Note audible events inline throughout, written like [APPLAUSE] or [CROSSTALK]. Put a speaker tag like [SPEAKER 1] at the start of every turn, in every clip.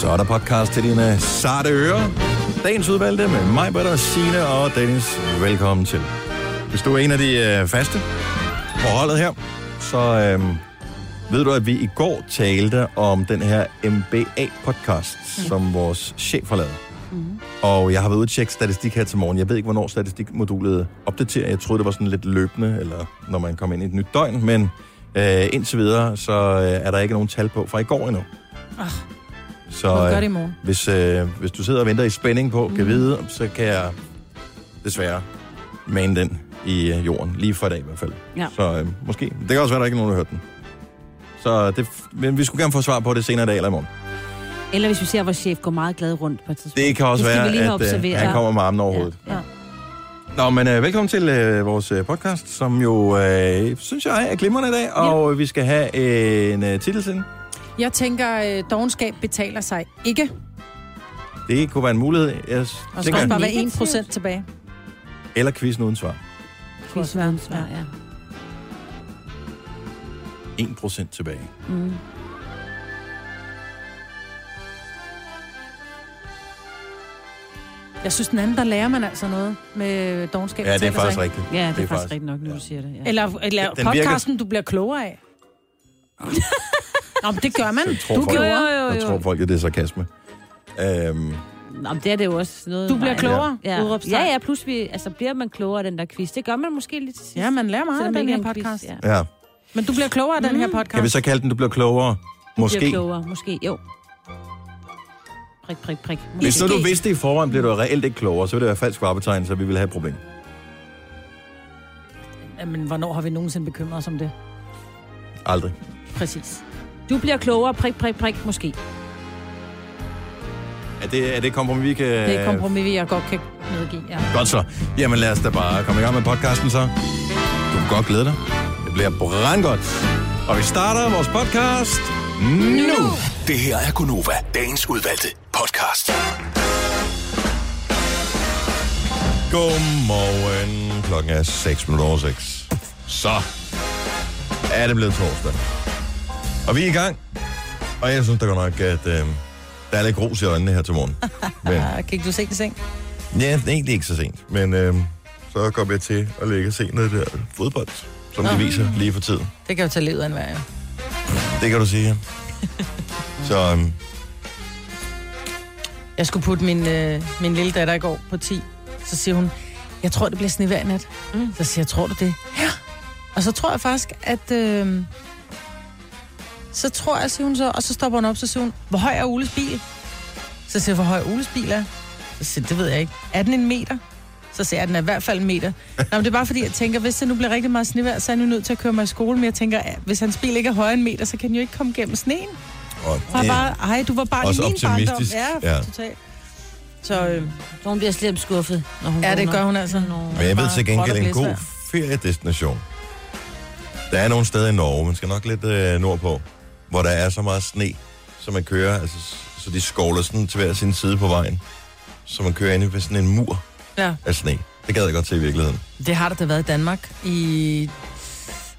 [SPEAKER 1] Så er der podcast til dine sarte ører. Dagens udvalgte med mig, Britta, Signe og Dennis. Velkommen til. Hvis du er en af de øh, faste på holdet her, så øh, ved du, at vi i går talte om den her MBA-podcast, mm. som vores chef har lavet. Mm. Og jeg har været ude at tjekke statistik her til morgen. Jeg ved ikke, hvornår statistikmodulet opdaterer. Jeg troede, det var sådan lidt løbende, eller når man kom ind i et nyt døgn. Men øh, indtil videre, så øh, er der ikke nogen tal på fra i går endnu.
[SPEAKER 2] Oh,
[SPEAKER 1] Så
[SPEAKER 2] Må vi gøre
[SPEAKER 1] øh,
[SPEAKER 2] det i morgen?
[SPEAKER 1] Hvis, øh, hvis du sidder og venter i spænding på,
[SPEAKER 3] Mm.
[SPEAKER 1] kan vide, så kan jeg desværre mane den i øh, jorden. Lige for i dag i hvert fald.
[SPEAKER 3] Ja.
[SPEAKER 1] Så øh, måske. Det kan også være, der ikke er nogen, der har hørt den. Så det, f- men vi skulle gerne få svar på det senere i dag eller i morgen.
[SPEAKER 3] Eller hvis vi ser vores chef gå meget glad rundt på et tidspunkt.
[SPEAKER 1] Det kan også
[SPEAKER 3] det skal
[SPEAKER 1] være,
[SPEAKER 3] vi lige have
[SPEAKER 1] at øh,
[SPEAKER 3] observeret.
[SPEAKER 1] han kommer med armen over hovedet.
[SPEAKER 3] Ja.
[SPEAKER 1] Nå, men øh, velkommen til øh, vores øh, podcast, som jo, øh, synes jeg, er glimrende i dag. Og vi skal have en øh, titel til den.
[SPEAKER 2] Jeg tænker, øh, dogenskab betaler sig ikke. Og
[SPEAKER 1] Det kunne være en mulighed. Jeg s-
[SPEAKER 2] så skal
[SPEAKER 1] tænker,
[SPEAKER 2] også bare være
[SPEAKER 3] Negativt.
[SPEAKER 2] 1% tilbage.
[SPEAKER 1] eller quizzen uden svar.
[SPEAKER 3] Det kunne også være en svar, ja.
[SPEAKER 1] 1% tilbage.
[SPEAKER 3] Mm.
[SPEAKER 2] Jeg synes, den anden, der lærer man altså noget med dogenskab.
[SPEAKER 1] Ja, det er
[SPEAKER 2] betaler sig
[SPEAKER 1] faktisk
[SPEAKER 2] ikke.
[SPEAKER 1] rigtigt.
[SPEAKER 3] Ja, det,
[SPEAKER 1] Det
[SPEAKER 3] det
[SPEAKER 1] er faktisk-
[SPEAKER 3] er faktisk rigtigt nok, nu
[SPEAKER 1] ja.
[SPEAKER 3] ja. du siger det. Ja.
[SPEAKER 2] Eller, eller
[SPEAKER 1] Den virker-
[SPEAKER 2] podcasten, du bliver klogere af. Nå, men det gør man.
[SPEAKER 1] Jeg tror
[SPEAKER 2] Du
[SPEAKER 1] folk-
[SPEAKER 2] gjorde.
[SPEAKER 3] jo,
[SPEAKER 1] Jeg tror, folk at det er sarkasme. Øhm,
[SPEAKER 3] Nå, men det er det jo også noget...
[SPEAKER 2] Du bliver
[SPEAKER 3] Nej.
[SPEAKER 2] klogere, ja. udråbstegn.
[SPEAKER 3] Ja, ja, ja plus vi, altså, bliver man klogere af den der quiz. Det gør man måske lidt til sidst.
[SPEAKER 2] Ja, man lærer meget af
[SPEAKER 3] Selvom
[SPEAKER 2] den
[SPEAKER 3] det
[SPEAKER 2] her
[SPEAKER 3] ikke er en
[SPEAKER 2] podcast.
[SPEAKER 3] Quiz, ja.
[SPEAKER 1] ja.
[SPEAKER 2] Men du bliver klogere af den her podcast.
[SPEAKER 1] Kan vi så kalde den, du bliver klogere?
[SPEAKER 3] Måske. Bliver
[SPEAKER 1] Måske.
[SPEAKER 3] klogere, måske, jo. Prik, prik, prik. Måske.
[SPEAKER 1] Hvis nu du vidste i forvejen, bliver du reelt ikke klogere, så ville det være falsk varebetegnelse, og vi ville have et problem.
[SPEAKER 2] Jamen, hvornår har vi nogensinde bekymret os om det?
[SPEAKER 1] Aldrig.
[SPEAKER 2] Præcis.
[SPEAKER 3] Du bliver klogere, prik, prik, prik, måske.
[SPEAKER 1] Er det, er det et kompromis, vi kan...
[SPEAKER 2] Det er et kompromis, vi jeg godt kan medgive. Ja.
[SPEAKER 1] Godt så. Jamen lad os da bare komme i gang med podcasten så. Du kan godt glæde dig. Det bliver brandgodt. Og vi starter vores podcast nu.
[SPEAKER 4] Det her er Gunova, dagens udvalgte podcast.
[SPEAKER 1] Godmorgen. Klokken er 6 minutter over 6. Så er det blevet torsdag. Og vi er i gang. Og jeg synes da godt nok, at øh, der er lidt grus i øjnene her til morgen. Men
[SPEAKER 2] Ah, Kan ikke du se det seng?
[SPEAKER 1] ja, det er egentlig ikke så sent. Men øh, så kommer jeg til at lægge og se noget der fodbold, som de viser lige for tiden.
[SPEAKER 2] Det kan jo tage livet af en vej. jo.
[SPEAKER 1] Det kan du sige, ja. Så øhm,
[SPEAKER 2] Jeg skulle putte min, øh, min lille datter i går på 10. Så siger hun, jeg tror, det bliver snevær i nat. Mm. Så siger jeg, tror du det? Ja. Og så tror jeg faktisk, at... Øh, så tror jeg, siger hun så, og så stopper hun op, så siger hun, hvor høj er Oles bil? Så siger jeg, hvor høj Oles bil er? Så siger jeg, det ved jeg ikke. Er den en meter? Så siger jeg, den er i hvert fald en meter. Nå, men det er bare fordi, jeg tænker, hvis det nu bliver rigtig meget snevejr, så er han jo nødt til at køre mig i skole. Men jeg tænker, at hvis hans bil ikke er højere end en meter, så kan den jo ikke komme gennem sneen.
[SPEAKER 1] og
[SPEAKER 2] Så er
[SPEAKER 1] det,
[SPEAKER 2] jeg bare, ej, du var bare
[SPEAKER 1] Også
[SPEAKER 2] i min
[SPEAKER 1] optimistisk,
[SPEAKER 2] barndom. Ja,
[SPEAKER 1] ja.
[SPEAKER 2] ja. totalt. Så øh,
[SPEAKER 3] Så hun bliver slemt skuffet, når hun
[SPEAKER 2] ja, det
[SPEAKER 3] vågner.
[SPEAKER 2] gør hun altså.
[SPEAKER 1] men jeg ved
[SPEAKER 2] bare
[SPEAKER 1] til gengæld
[SPEAKER 2] råt og
[SPEAKER 1] en god
[SPEAKER 2] blæsvejr.
[SPEAKER 1] feriedestination. Der er nogle steder i Norge, man skal nok lidt øh, nordpå, hvor der er så meget sne, så man kører, altså, s- så de skovler sådan til hver sin side på vejen, så man kører ind i sådan en mur
[SPEAKER 2] Ja.
[SPEAKER 1] af sne. Det gad jeg godt til i virkeligheden.
[SPEAKER 2] Det har der da været i Danmark i...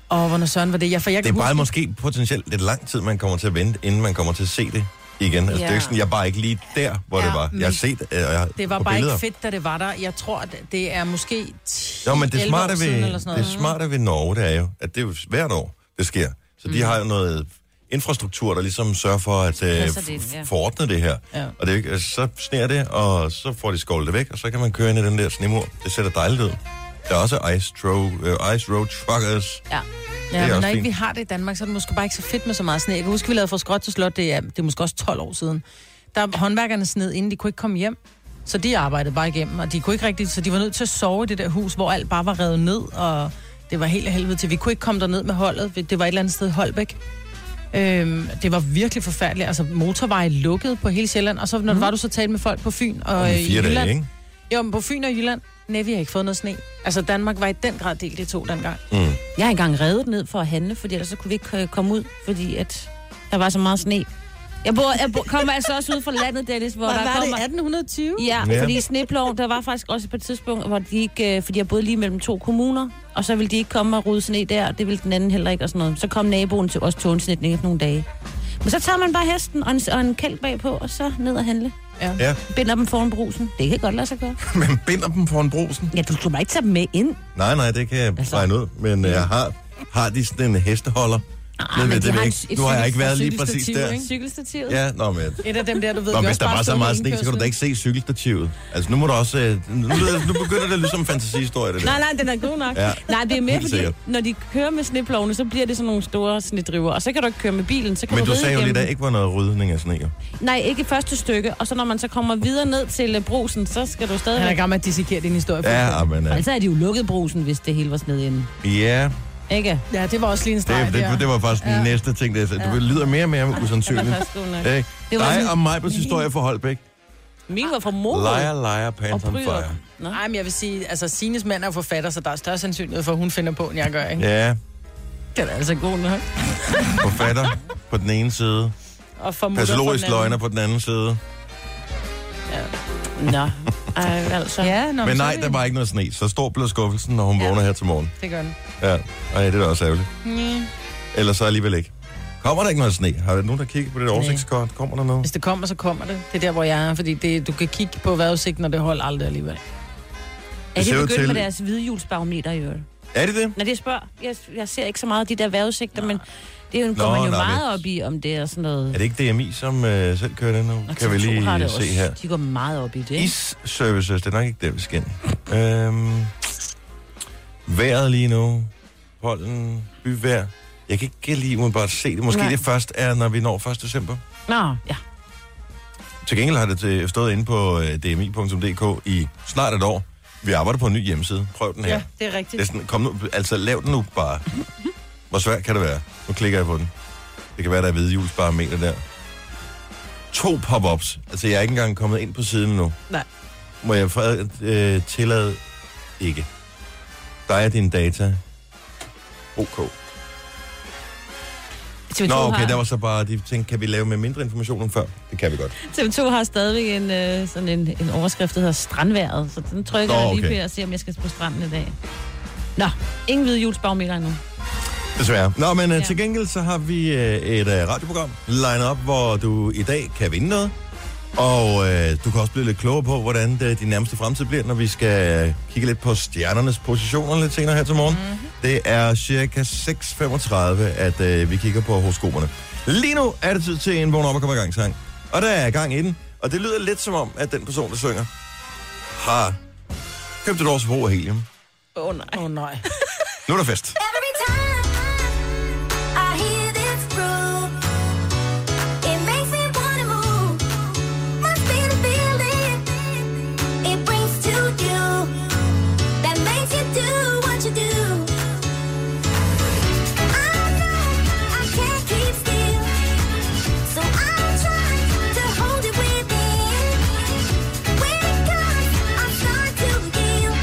[SPEAKER 2] Og hvornår søren var det? Ja, for jeg
[SPEAKER 1] Det
[SPEAKER 2] kan
[SPEAKER 1] er bare
[SPEAKER 2] huske,
[SPEAKER 1] måske potentielt lidt lang tid, man kommer til at vente, inden man kommer til at se det igen. Altså, det er jo
[SPEAKER 3] Ja.
[SPEAKER 1] ikke sådan, jeg er bare ikke lige der, hvor
[SPEAKER 2] Ja,
[SPEAKER 1] det var.
[SPEAKER 2] men
[SPEAKER 1] Jeg har set øh, og jeg,
[SPEAKER 2] det var
[SPEAKER 1] på
[SPEAKER 2] bare
[SPEAKER 1] billeder.
[SPEAKER 2] ikke fedt, da det var der. Jeg tror, at det er måske 10,
[SPEAKER 1] Jo, men det
[SPEAKER 2] 11 år
[SPEAKER 1] smarte,
[SPEAKER 2] siden
[SPEAKER 1] ved,
[SPEAKER 2] eller sådan
[SPEAKER 1] det
[SPEAKER 2] noget.
[SPEAKER 1] smarte ved Norge, det er jo, at det er jo hvert år, det sker. Så de har jo noget infrastruktur, der ligesom sørger for at øh,
[SPEAKER 3] passer det ind,
[SPEAKER 1] f-
[SPEAKER 3] ja.
[SPEAKER 1] forordne det her.
[SPEAKER 2] Ja.
[SPEAKER 1] Og det, er jo ikke- altså, så sner det, og så får de skovlet det væk, og så kan man køre ind i den der snemur. Det sætter dejligt ud. Der er også Ice, tro, øh, ice Road Truckers.
[SPEAKER 3] Ja.
[SPEAKER 1] er
[SPEAKER 2] Ja, men
[SPEAKER 1] også
[SPEAKER 2] når ikke
[SPEAKER 1] fint.
[SPEAKER 2] vi har det i Danmark, så er det måske bare ikke så fedt med så meget sne. Jeg kan huske, vi lavede fra Skråt til Slot, det er, det er måske også 12 år siden. Der håndværkerne sned inden, de kunne ikke komme hjem. Så de arbejdede bare igennem, og de kunne ikke rigtigt, så de var nødt til at sove i det der hus, hvor alt bare var revet ned, og det var helt af helvede til. Vi kunne ikke komme derned med holdet, det var et eller andet sted i Holbæk. Øhm, det var virkelig forfærdeligt, altså motorveje lukket på hele Sjælland, og så når mm. var du så talte med folk på Fyn og,
[SPEAKER 1] Mhm. Om
[SPEAKER 2] øh,
[SPEAKER 1] fire
[SPEAKER 2] Jylland.
[SPEAKER 1] dage, ikke?
[SPEAKER 2] Jo, men på Fyn og Jylland, nej, vi har ikke fået noget sne. Altså Danmark var i den grad delt i to dengang.
[SPEAKER 3] Jeg har engang reddet ned for at handle, fordi ellers så kunne vi ikke øh, komme ud, fordi at der var så meget sne. Jeg, bor, jeg bor, kommer altså også ud fra landet, Dennis, hvor
[SPEAKER 2] Og
[SPEAKER 3] der kommer...
[SPEAKER 2] 1820?
[SPEAKER 3] Ja,
[SPEAKER 1] Ja.
[SPEAKER 3] ja, fordi i Sneploven, der var faktisk også på et tidspunkt, hvor de ikke, øh, fordi jeg boede lige mellem to kommuner, og så ville de ikke komme og rydde sne der, og det ville den anden heller ikke og sådan noget. Så kom naboen til os tågensnitning efter nogle dage. Men så tager man bare hesten og en, og en kælk bagpå, og så ned og handle.
[SPEAKER 1] Ja,
[SPEAKER 3] Binder dem foran brusen. Det kan godt lade sig gøre.
[SPEAKER 1] [LAUGHS] men binder dem foran brusen.
[SPEAKER 3] Ja, du skal bare ikke tage dem med ind.
[SPEAKER 1] Nej, nej, det kan jeg
[SPEAKER 3] Altså.
[SPEAKER 1] regne ud. Men jeg har, har de sådan en hesteholder? Ved vi
[SPEAKER 3] men de
[SPEAKER 1] det
[SPEAKER 3] har
[SPEAKER 1] ikke.
[SPEAKER 3] et- et
[SPEAKER 1] nu har jeg
[SPEAKER 3] cykel-
[SPEAKER 1] ikke været lige præcis
[SPEAKER 2] cykelstativ,
[SPEAKER 1] der.
[SPEAKER 2] ikke?
[SPEAKER 3] Cykelstativet.
[SPEAKER 1] Ja, nå, men
[SPEAKER 2] Et af dem der, du ved,
[SPEAKER 1] Nå,
[SPEAKER 2] vi
[SPEAKER 1] hvis
[SPEAKER 2] også
[SPEAKER 1] der var
[SPEAKER 2] bare
[SPEAKER 1] så
[SPEAKER 2] stod
[SPEAKER 1] meget
[SPEAKER 2] ved
[SPEAKER 1] sne, så kan du da
[SPEAKER 2] indkørslen.
[SPEAKER 1] ikke se cykelstativet. Altså, nu må du også... øh, Nu, nu begynder det at lyde som en fantasihistorie, det der.
[SPEAKER 3] Nej, nej, den er god nok.
[SPEAKER 1] Ja.
[SPEAKER 3] Ja. Nej, det er mere,
[SPEAKER 1] Helt
[SPEAKER 3] fordi
[SPEAKER 1] sikkert.
[SPEAKER 3] når de kører med sneplovene, så bliver det sådan nogle store snedriver, og så kan du ikke køre med bilen, så kan
[SPEAKER 1] Men du
[SPEAKER 3] du ride
[SPEAKER 1] sagde jo lige,
[SPEAKER 3] igennem
[SPEAKER 1] der ikke var noget rydning af sne. jo.
[SPEAKER 3] den. Nej, ikke i første stykke, og så når man så kommer videre ned til øh, brusen, så skal du stadig...
[SPEAKER 2] Han er i gang med at dissekere din historie.
[SPEAKER 1] Ja, men... øh,
[SPEAKER 3] Altså er de jo lukket brusen, hvis det hele var sned inde.
[SPEAKER 1] Ja,
[SPEAKER 3] Ikke?
[SPEAKER 2] ja, det var også lige en streg
[SPEAKER 1] det,
[SPEAKER 2] der.
[SPEAKER 1] det, det var faktisk den
[SPEAKER 2] Ja.
[SPEAKER 1] næste ting, der jeg sagde. Det lyder mere og mere usandsynligt.
[SPEAKER 3] faktisk god nok.
[SPEAKER 1] Ikke?
[SPEAKER 3] Det var
[SPEAKER 1] Dig
[SPEAKER 3] sådan-
[SPEAKER 1] og mig på historie for Holbæk.
[SPEAKER 3] Min var fra mor.
[SPEAKER 1] Liar, liar,
[SPEAKER 3] Og
[SPEAKER 1] pants on
[SPEAKER 3] bryder.
[SPEAKER 1] fire.
[SPEAKER 3] Nå.
[SPEAKER 2] Nej, men jeg vil sige, altså Sines mand er jo forfatter, så der er større sandsynlighed for, at hun finder på, end jeg gør, ikke?
[SPEAKER 1] Ja,
[SPEAKER 2] Den er altså god nok.
[SPEAKER 1] forfatter på den ene side.
[SPEAKER 2] Og for mutter
[SPEAKER 1] Patologisk
[SPEAKER 2] for den anden.
[SPEAKER 1] løgner på den anden side.
[SPEAKER 3] Nå. Ej, altså.
[SPEAKER 2] Ja, nå,
[SPEAKER 1] Men
[SPEAKER 2] så
[SPEAKER 1] nej,
[SPEAKER 2] er det-
[SPEAKER 1] der var ikke noget sne. Så stor blev skuffelsen, når hun
[SPEAKER 2] Ja.
[SPEAKER 1] vågner her til morgen.
[SPEAKER 2] Det gør den.
[SPEAKER 1] Ja, Ej, det er da også ærgerligt.
[SPEAKER 2] Mm.
[SPEAKER 1] Eller så alligevel ikke. Kommer der ikke noget sne? Har der nogen, der kigger på det oversigtskort? Kommer der noget?
[SPEAKER 2] Hvis det kommer, så kommer det. Det er der, hvor jeg er, fordi det, du kan kigge på vejrudsigten, og det holder aldrig alligevel.
[SPEAKER 3] Er
[SPEAKER 1] ser
[SPEAKER 3] de
[SPEAKER 1] ud
[SPEAKER 3] begyndt
[SPEAKER 1] til-
[SPEAKER 3] til... med deres hvidhjulsbarometer i øvrigt?
[SPEAKER 1] Er det det?
[SPEAKER 3] Når det spørger, jeg, jeg ser ikke så meget af de der vejrudsigter, men det er jo,
[SPEAKER 1] Nå,
[SPEAKER 3] går man jo
[SPEAKER 1] nej,
[SPEAKER 3] meget
[SPEAKER 1] det-
[SPEAKER 3] op i, om det er sådan noget...
[SPEAKER 1] Er det ikke DMI, som øh, selv kører den nu?
[SPEAKER 3] Og
[SPEAKER 1] Kan vi
[SPEAKER 3] TV2
[SPEAKER 1] lige
[SPEAKER 3] har det
[SPEAKER 1] se
[SPEAKER 3] også.
[SPEAKER 1] her.
[SPEAKER 3] De går meget op i det. Is.
[SPEAKER 1] Is Services, det er nok ikke der, vi skal ind. Øhm, vejret lige nu. Pollen, byvejr. Jeg kan ikke lige umiddelbart se det. Måske Nej.
[SPEAKER 3] Nej.
[SPEAKER 1] det først er, når vi når 1. december.
[SPEAKER 3] Nå, ja.
[SPEAKER 1] Til gengæld har det øh, stået inde på øh, dmi.dk i snart et år. Vi arbejder på en ny hjemmeside. Prøv den her. Ja.
[SPEAKER 2] det er rigtigt.
[SPEAKER 1] Det er sådan, kom nu, altså lav den nu bare. Hvor svært kan det være? Nu klikker jeg på den. Det kan være, der er hvidhjulsparameter der. To pop-ups. Altså, jeg er ikke engang kommet ind på siden nu.
[SPEAKER 2] Nej.
[SPEAKER 1] Må jeg få øh, tillade ikke. Der er dine data. OK.
[SPEAKER 3] TV2,
[SPEAKER 1] Nå, okay,
[SPEAKER 3] har,
[SPEAKER 1] der var så bare de ting, kan vi lave med mindre information end før? Det kan vi godt.
[SPEAKER 3] TV2 har stadigvæk en, øh, sådan en, en overskrift, der hedder Strandværet, så den trykker
[SPEAKER 1] Nå,
[SPEAKER 3] jeg lige
[SPEAKER 1] okay.
[SPEAKER 3] på og ser, om jeg skal på stranden i dag. Nå, ingen hvide julesbarometer endnu.
[SPEAKER 1] Desværre. Nå, men ja.
[SPEAKER 3] Ja.
[SPEAKER 1] til gengæld så har vi øh, et øh, radioprogram line op, hvor du i dag kan vinde noget. Og øh, du kan også blive lidt klogere på, hvordan det, din nærmeste fremtid bliver, når vi skal øh, kigge lidt på stjernernes positioner lidt senere her til morgen. Mm-hmm. Det er cirka 6.35, at øh, vi kigger på horoskoperne. Lige nu er det tid til en vågn op og komme i gang sang. Og der er gang i den. Og det lyder lidt som om, at den person, der synger, har købt et års forbrug af helium.
[SPEAKER 3] Åh oh, nej.
[SPEAKER 2] Åh oh, nej.
[SPEAKER 1] Nu er der fest.
[SPEAKER 5] Every time I hear this groove, it makes me wanna move. Must be the feeling it brings to you that makes you do what you do. I know I can't keep still, so I try to hold it within. When it comes, I start to yield.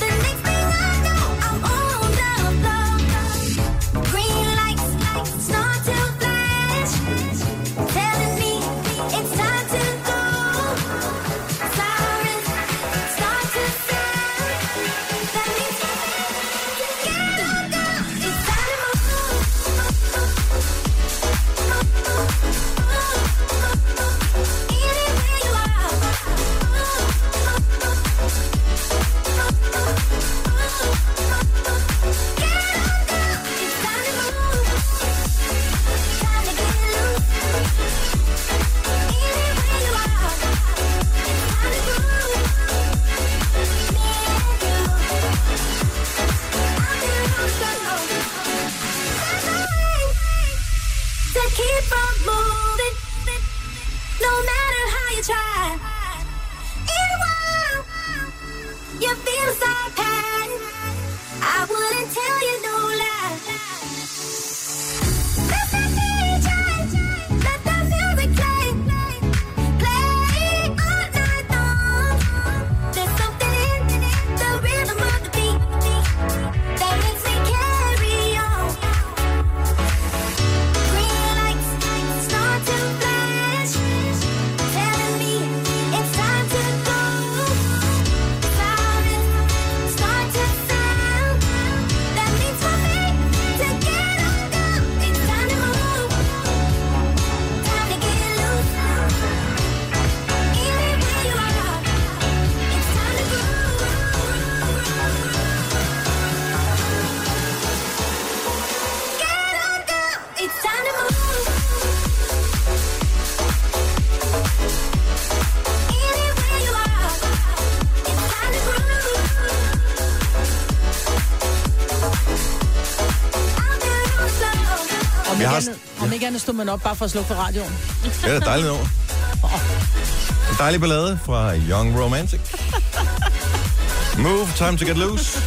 [SPEAKER 5] The next thing I know, I'm on the floor. Green lights start to flash, telling me it's time to go. Sirens start to sound. That means get on down. It's time to move. Anywhere you are, get on down. It's time to move. Time to get loose. Anywhere you are, it's time to groove. Me and you, I feel I'm so to keep from moving. No matter how you try, in a while, your feelings are padding. I wouldn't tell you no lie. Let the DJ, let the music play, play all night long. There's something in the rhythm of the beat that makes me carry on. Green lights start to flash, telling me it's time to go. Sirens start to sound. That means for me to get on
[SPEAKER 2] Om, ikke,
[SPEAKER 1] har-
[SPEAKER 2] andet, om ikke andet stod man op bare for at slukke for radioen.
[SPEAKER 1] Det er da dejligt nummer. En dejlig ballade fra Young Romantic. Move, time to get loose.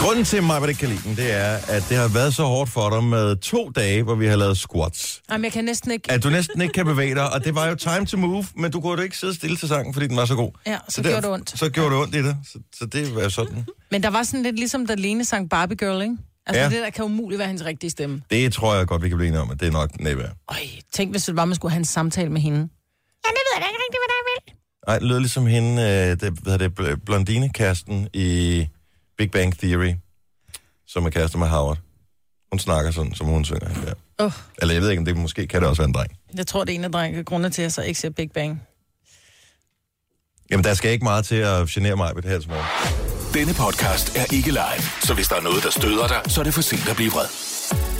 [SPEAKER 1] Grunden til, at mig ikke kan lide den, det er, at det har været så hårdt for dig med to dage, hvor vi har lavet squats.
[SPEAKER 2] Jamen, jeg kan næsten ikke...
[SPEAKER 1] At du næsten ikke kan bevæge dig, og det var jo time to move, men du kunne jo ikke sidde stille til sangen, fordi den var så god.
[SPEAKER 2] Ja, så gjorde
[SPEAKER 1] derf-
[SPEAKER 2] det ondt.
[SPEAKER 1] Så gjorde det ondt i dig. Så, så det var sådan.
[SPEAKER 2] Men der var sådan lidt ligesom, da Lene sang Barbie Girl, ikke? Altså,
[SPEAKER 1] Ja.
[SPEAKER 2] ja. det der kan umuligt være hendes rigtige stemme.
[SPEAKER 1] Det tror jeg godt, vi kan blive enige om, at det er nok næppe. er.
[SPEAKER 2] Øj, tænk, hvis det var, man skulle have en samtale med hende.
[SPEAKER 1] Nej, det lød ligesom hende, øh, det, hvad hedder det, bl- blondinekæresten i Big Bang Theory, som er kærester med Howard. Hun snakker sådan, som hun synger. Ja.
[SPEAKER 2] Åh,
[SPEAKER 1] Eller jeg ved ikke, om det måske kan det også være en dreng.
[SPEAKER 2] jeg tror, det er en af drenge grunde til, at jeg så ikke ser Big Bang.
[SPEAKER 1] Jamen, der skal ikke meget til at genere mig ved det her til morgen.
[SPEAKER 4] Denne podcast er ikke live, så hvis der er noget, der støder dig, så er det for sent at blive vred.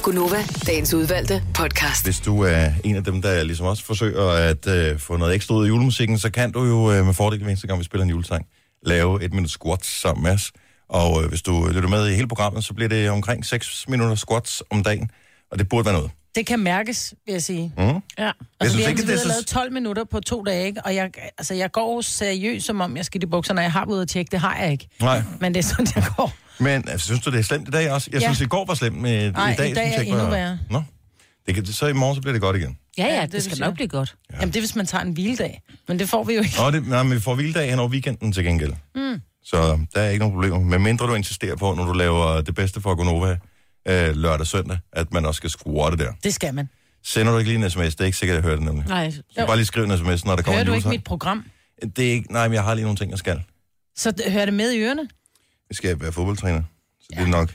[SPEAKER 6] Gunova, dagens udvalgte podcast.
[SPEAKER 1] Hvis du er en af dem, der ligesom også forsøger at øh, få noget ekstra ud af julemusikken, så kan du jo øh, med fordel, hver eneste gang vi spiller en julesang, lave et minut squats sammen med os. Og øh, hvis du lytter med i hele programmet, så bliver det omkring 6 minutter squats om dagen. Og det burde være noget.
[SPEAKER 2] Det kan mærkes, vil jeg sige. Mm.
[SPEAKER 3] Ja.
[SPEAKER 2] Altså,
[SPEAKER 1] Mhm. synes
[SPEAKER 2] vi har
[SPEAKER 1] ikke,
[SPEAKER 2] ikke,
[SPEAKER 1] det er
[SPEAKER 2] det
[SPEAKER 1] så-
[SPEAKER 2] lavet 12 minutter på to dage, ikke? Og jeg, altså, jeg går seriøst, som om jeg skal i bukserne, og jeg har været ude at tjekke. Det har jeg ikke.
[SPEAKER 1] Nej.
[SPEAKER 2] Men det er sådan, jeg går.
[SPEAKER 1] Men altså, synes du, det er slemt i dag også? Jeg
[SPEAKER 2] Ja.
[SPEAKER 1] synes, i går var slemt, men i
[SPEAKER 2] Ej,
[SPEAKER 1] dag,
[SPEAKER 2] i dag
[SPEAKER 1] synes
[SPEAKER 2] er
[SPEAKER 1] jeg ikke
[SPEAKER 2] endnu
[SPEAKER 1] var...
[SPEAKER 2] værre.
[SPEAKER 1] Nå. Det kan, så i morgen, så bliver det godt igen.
[SPEAKER 3] Ja,
[SPEAKER 2] Ja,
[SPEAKER 3] ja, det,
[SPEAKER 2] det
[SPEAKER 3] det skal
[SPEAKER 2] synes jeg.
[SPEAKER 3] nok blive godt.
[SPEAKER 2] Ja. Jamen, det er, hvis man tager en hviledag. Men det får vi jo ikke.
[SPEAKER 1] Nå, det, nej, men vi får hviledag hen over weekenden til gengæld. Mm. Så der er ikke nogen problemer. Men mindre du insisterer på, når du laver det bedste for Gonova øh, lørdag og søndag, at man også skal squatte der.
[SPEAKER 2] Det skal man.
[SPEAKER 1] Sender du ikke lige en sms? Det er ikke sikkert, at jeg hører det nemlig.
[SPEAKER 3] Nej.
[SPEAKER 1] Så Bare lige skriv en sms, når der kommer
[SPEAKER 2] Hører
[SPEAKER 1] en
[SPEAKER 2] du ikke
[SPEAKER 1] julesang.
[SPEAKER 2] mit program?
[SPEAKER 1] Det er ikke... Nej, men jeg har lige nogle ting, jeg skal.
[SPEAKER 2] Så d- hører det med i ørerne?
[SPEAKER 1] Jeg skal være fodboldtræner, så ja. det er nok.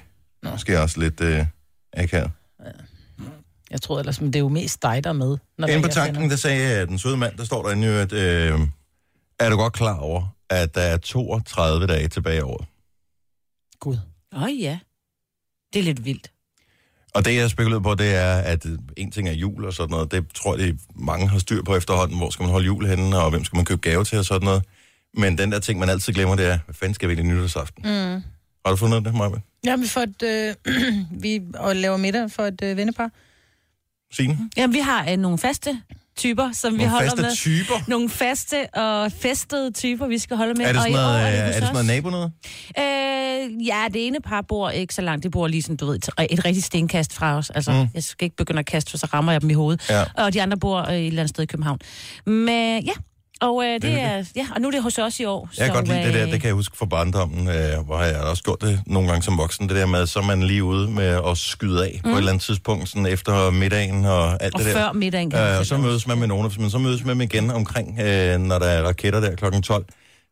[SPEAKER 1] Nå. Måske også lidt øh, akavet.
[SPEAKER 2] Jeg tror ellers, men det er jo mest dig, der er med. Når
[SPEAKER 1] Inde
[SPEAKER 2] det
[SPEAKER 1] på
[SPEAKER 2] er, jeg sender.
[SPEAKER 1] tanken, der sagde øh, den søde mand, der står derinde jo, at øh, er du godt klar over, at der er 32 dage tilbage i året?
[SPEAKER 2] Gud.
[SPEAKER 3] Åh, oh, ja. Det er lidt vildt.
[SPEAKER 1] Og det, jeg spekulerer på, det er, at øh, en ting er jul og sådan noget. Det tror jeg, det mange har styr på efterhånden. Hvor skal man holde jul henne, og hvem skal man købe gave til og sådan noget. Men den der ting, man altid glemmer, det er, hvad fanden skal vi egentlig nytårsaften? Mm. Har du fundet det, Maja?
[SPEAKER 2] Ja, vi, får et, øh, [CLEARS THROAT] vi og laver middag for et øh, vennepar.
[SPEAKER 1] Signe?
[SPEAKER 3] Jamen, vi har øh, nogle faste typer, som vi
[SPEAKER 1] Nogle
[SPEAKER 3] holder
[SPEAKER 1] faste
[SPEAKER 3] med.
[SPEAKER 1] typer?
[SPEAKER 3] Nogle faste og festede typer, vi skal holde med.
[SPEAKER 1] Er det
[SPEAKER 3] og i
[SPEAKER 1] sådan
[SPEAKER 3] år
[SPEAKER 1] noget, øh,
[SPEAKER 3] det
[SPEAKER 1] er
[SPEAKER 3] hos
[SPEAKER 1] det sådan noget
[SPEAKER 3] os.
[SPEAKER 1] nabo noget?
[SPEAKER 3] Øh, ja, det ene par bor ikke så langt. Det bor lige sådan, du ved, et, et rigtigt stenkast fra os. Altså, mm. jeg skal ikke begynde at kaste, for så rammer jeg dem i hovedet.
[SPEAKER 1] Ja.
[SPEAKER 3] Og de andre bor øh, et eller andet sted i København. Men ja, og, øh, det
[SPEAKER 1] hyggeligt.
[SPEAKER 3] er, ja, og nu er det hos os i år. øh,
[SPEAKER 1] Jeg kan godt lide det der, det kan jeg huske fra barndommen, øh, hvor jeg har også gjort det nogle gange som voksen, det der med, så er man lige ude med at skyde af mm. på et eller andet tidspunkt, sådan efter middagen og alt
[SPEAKER 3] Og
[SPEAKER 1] det der.
[SPEAKER 3] før middagen kan
[SPEAKER 1] Øh,
[SPEAKER 3] man
[SPEAKER 1] og så
[SPEAKER 3] sætte
[SPEAKER 1] mødes man med nogen, men så mødes man igen omkring, øh, når der er raketter der kl. 12.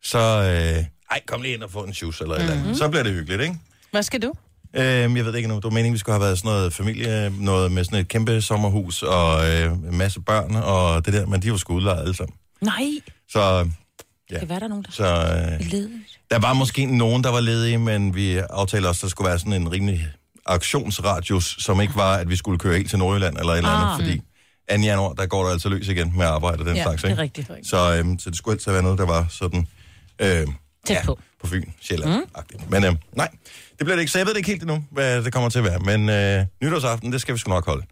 [SPEAKER 1] Så, øh, ej, kom lige ind og få en shoes eller mm. et eller
[SPEAKER 3] Mhm.
[SPEAKER 1] andet. Så bliver det hyggeligt, ikke?
[SPEAKER 2] Hvad skal du?
[SPEAKER 1] Øhm, jeg ved det ikke nu. Det var meningen, vi skulle have været sådan noget familie, noget med sådan et kæmpe sommerhus og øh, en masse børn og det der, men de var sgu udlejet alle sammen.
[SPEAKER 3] Nej,
[SPEAKER 1] Så,
[SPEAKER 3] det kan være, der er nogen, der
[SPEAKER 1] så øh,
[SPEAKER 3] er ledigt.
[SPEAKER 1] der var måske nogen, der var ledige, men vi aftalte også, at der skulle være sådan en rimelig aktionsradius, som ikke var, at vi skulle køre helt til Nordjylland eller et eller andet,
[SPEAKER 3] Ah.
[SPEAKER 1] fordi 2. januar, der går der altså løs igen med arbejde og den
[SPEAKER 2] Ja,
[SPEAKER 1] slags,
[SPEAKER 3] Det
[SPEAKER 1] ikke?
[SPEAKER 3] er rigtigt.
[SPEAKER 1] Så, øhm, så det skulle altid være noget, der var sådan... Øhm,
[SPEAKER 3] Tæt på.
[SPEAKER 1] på Fyn, Sjælland. Mm. Men øhm, nej, det bliver det ikke. Så jeg ved det ikke helt endnu, hvad det kommer til at være. Men øh, nytårsaften, det skal vi sgu nok holde.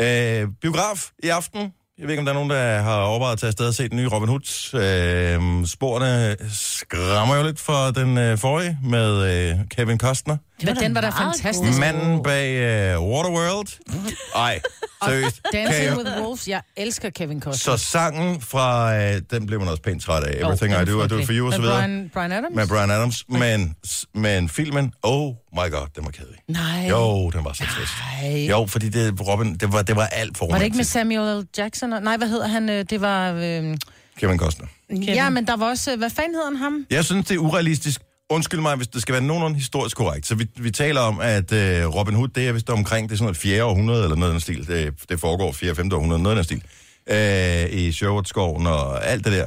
[SPEAKER 1] Øh, biograf i aften. Jeg ved ikke, om der er nogen, der har overvejet at tage afsted og se den nye Robin Hood. Øh, sporene skræmmer jo lidt for den øh, forrige med øh, Kevin Costner.
[SPEAKER 2] Men den var da
[SPEAKER 3] meget
[SPEAKER 2] fantastisk.
[SPEAKER 1] Manden bag øh, Waterworld.
[SPEAKER 3] Mm.
[SPEAKER 1] Nej, seriøst. Kan
[SPEAKER 2] Dancing
[SPEAKER 1] jeg-
[SPEAKER 2] with Wolves. Jeg elsker Kevin Costner.
[SPEAKER 1] så sangen fra, øh, den blev man også pænt træt af. Everything
[SPEAKER 2] den
[SPEAKER 1] I
[SPEAKER 2] er
[SPEAKER 1] Do, I Do
[SPEAKER 2] frygtelig.
[SPEAKER 1] For You
[SPEAKER 2] Med
[SPEAKER 1] osv.
[SPEAKER 2] Brian, Brian Adams?
[SPEAKER 1] Med Brian Adams. Men, s- men filmen, oh my god, den var kedelig.
[SPEAKER 2] Nej.
[SPEAKER 1] Jo, den var så trist.
[SPEAKER 2] Nej.
[SPEAKER 1] Jo, fordi det, Robin, det var, det var alt for
[SPEAKER 2] Var det ikke med
[SPEAKER 1] romantisk.
[SPEAKER 2] Samuel L. Jackson? og- Nej, hvad hedder han? øh, Det var... Øh,
[SPEAKER 1] Kevin Costner.
[SPEAKER 2] ja, men der var også... øh, Hvad fanden hedder han ham?
[SPEAKER 1] Jeg synes, det er urealistisk. Undskyld mig, hvis det skal være nogenlunde historisk korrekt. Så vi, vi taler om, at øh, Robin Hood, det er vist omkring, det er sådan noget 4. århundrede eller noget af den stil. Det, det foregår 4. 5. århundrede, noget af den stil. Øh, I Sherwoodskoven og alt det der.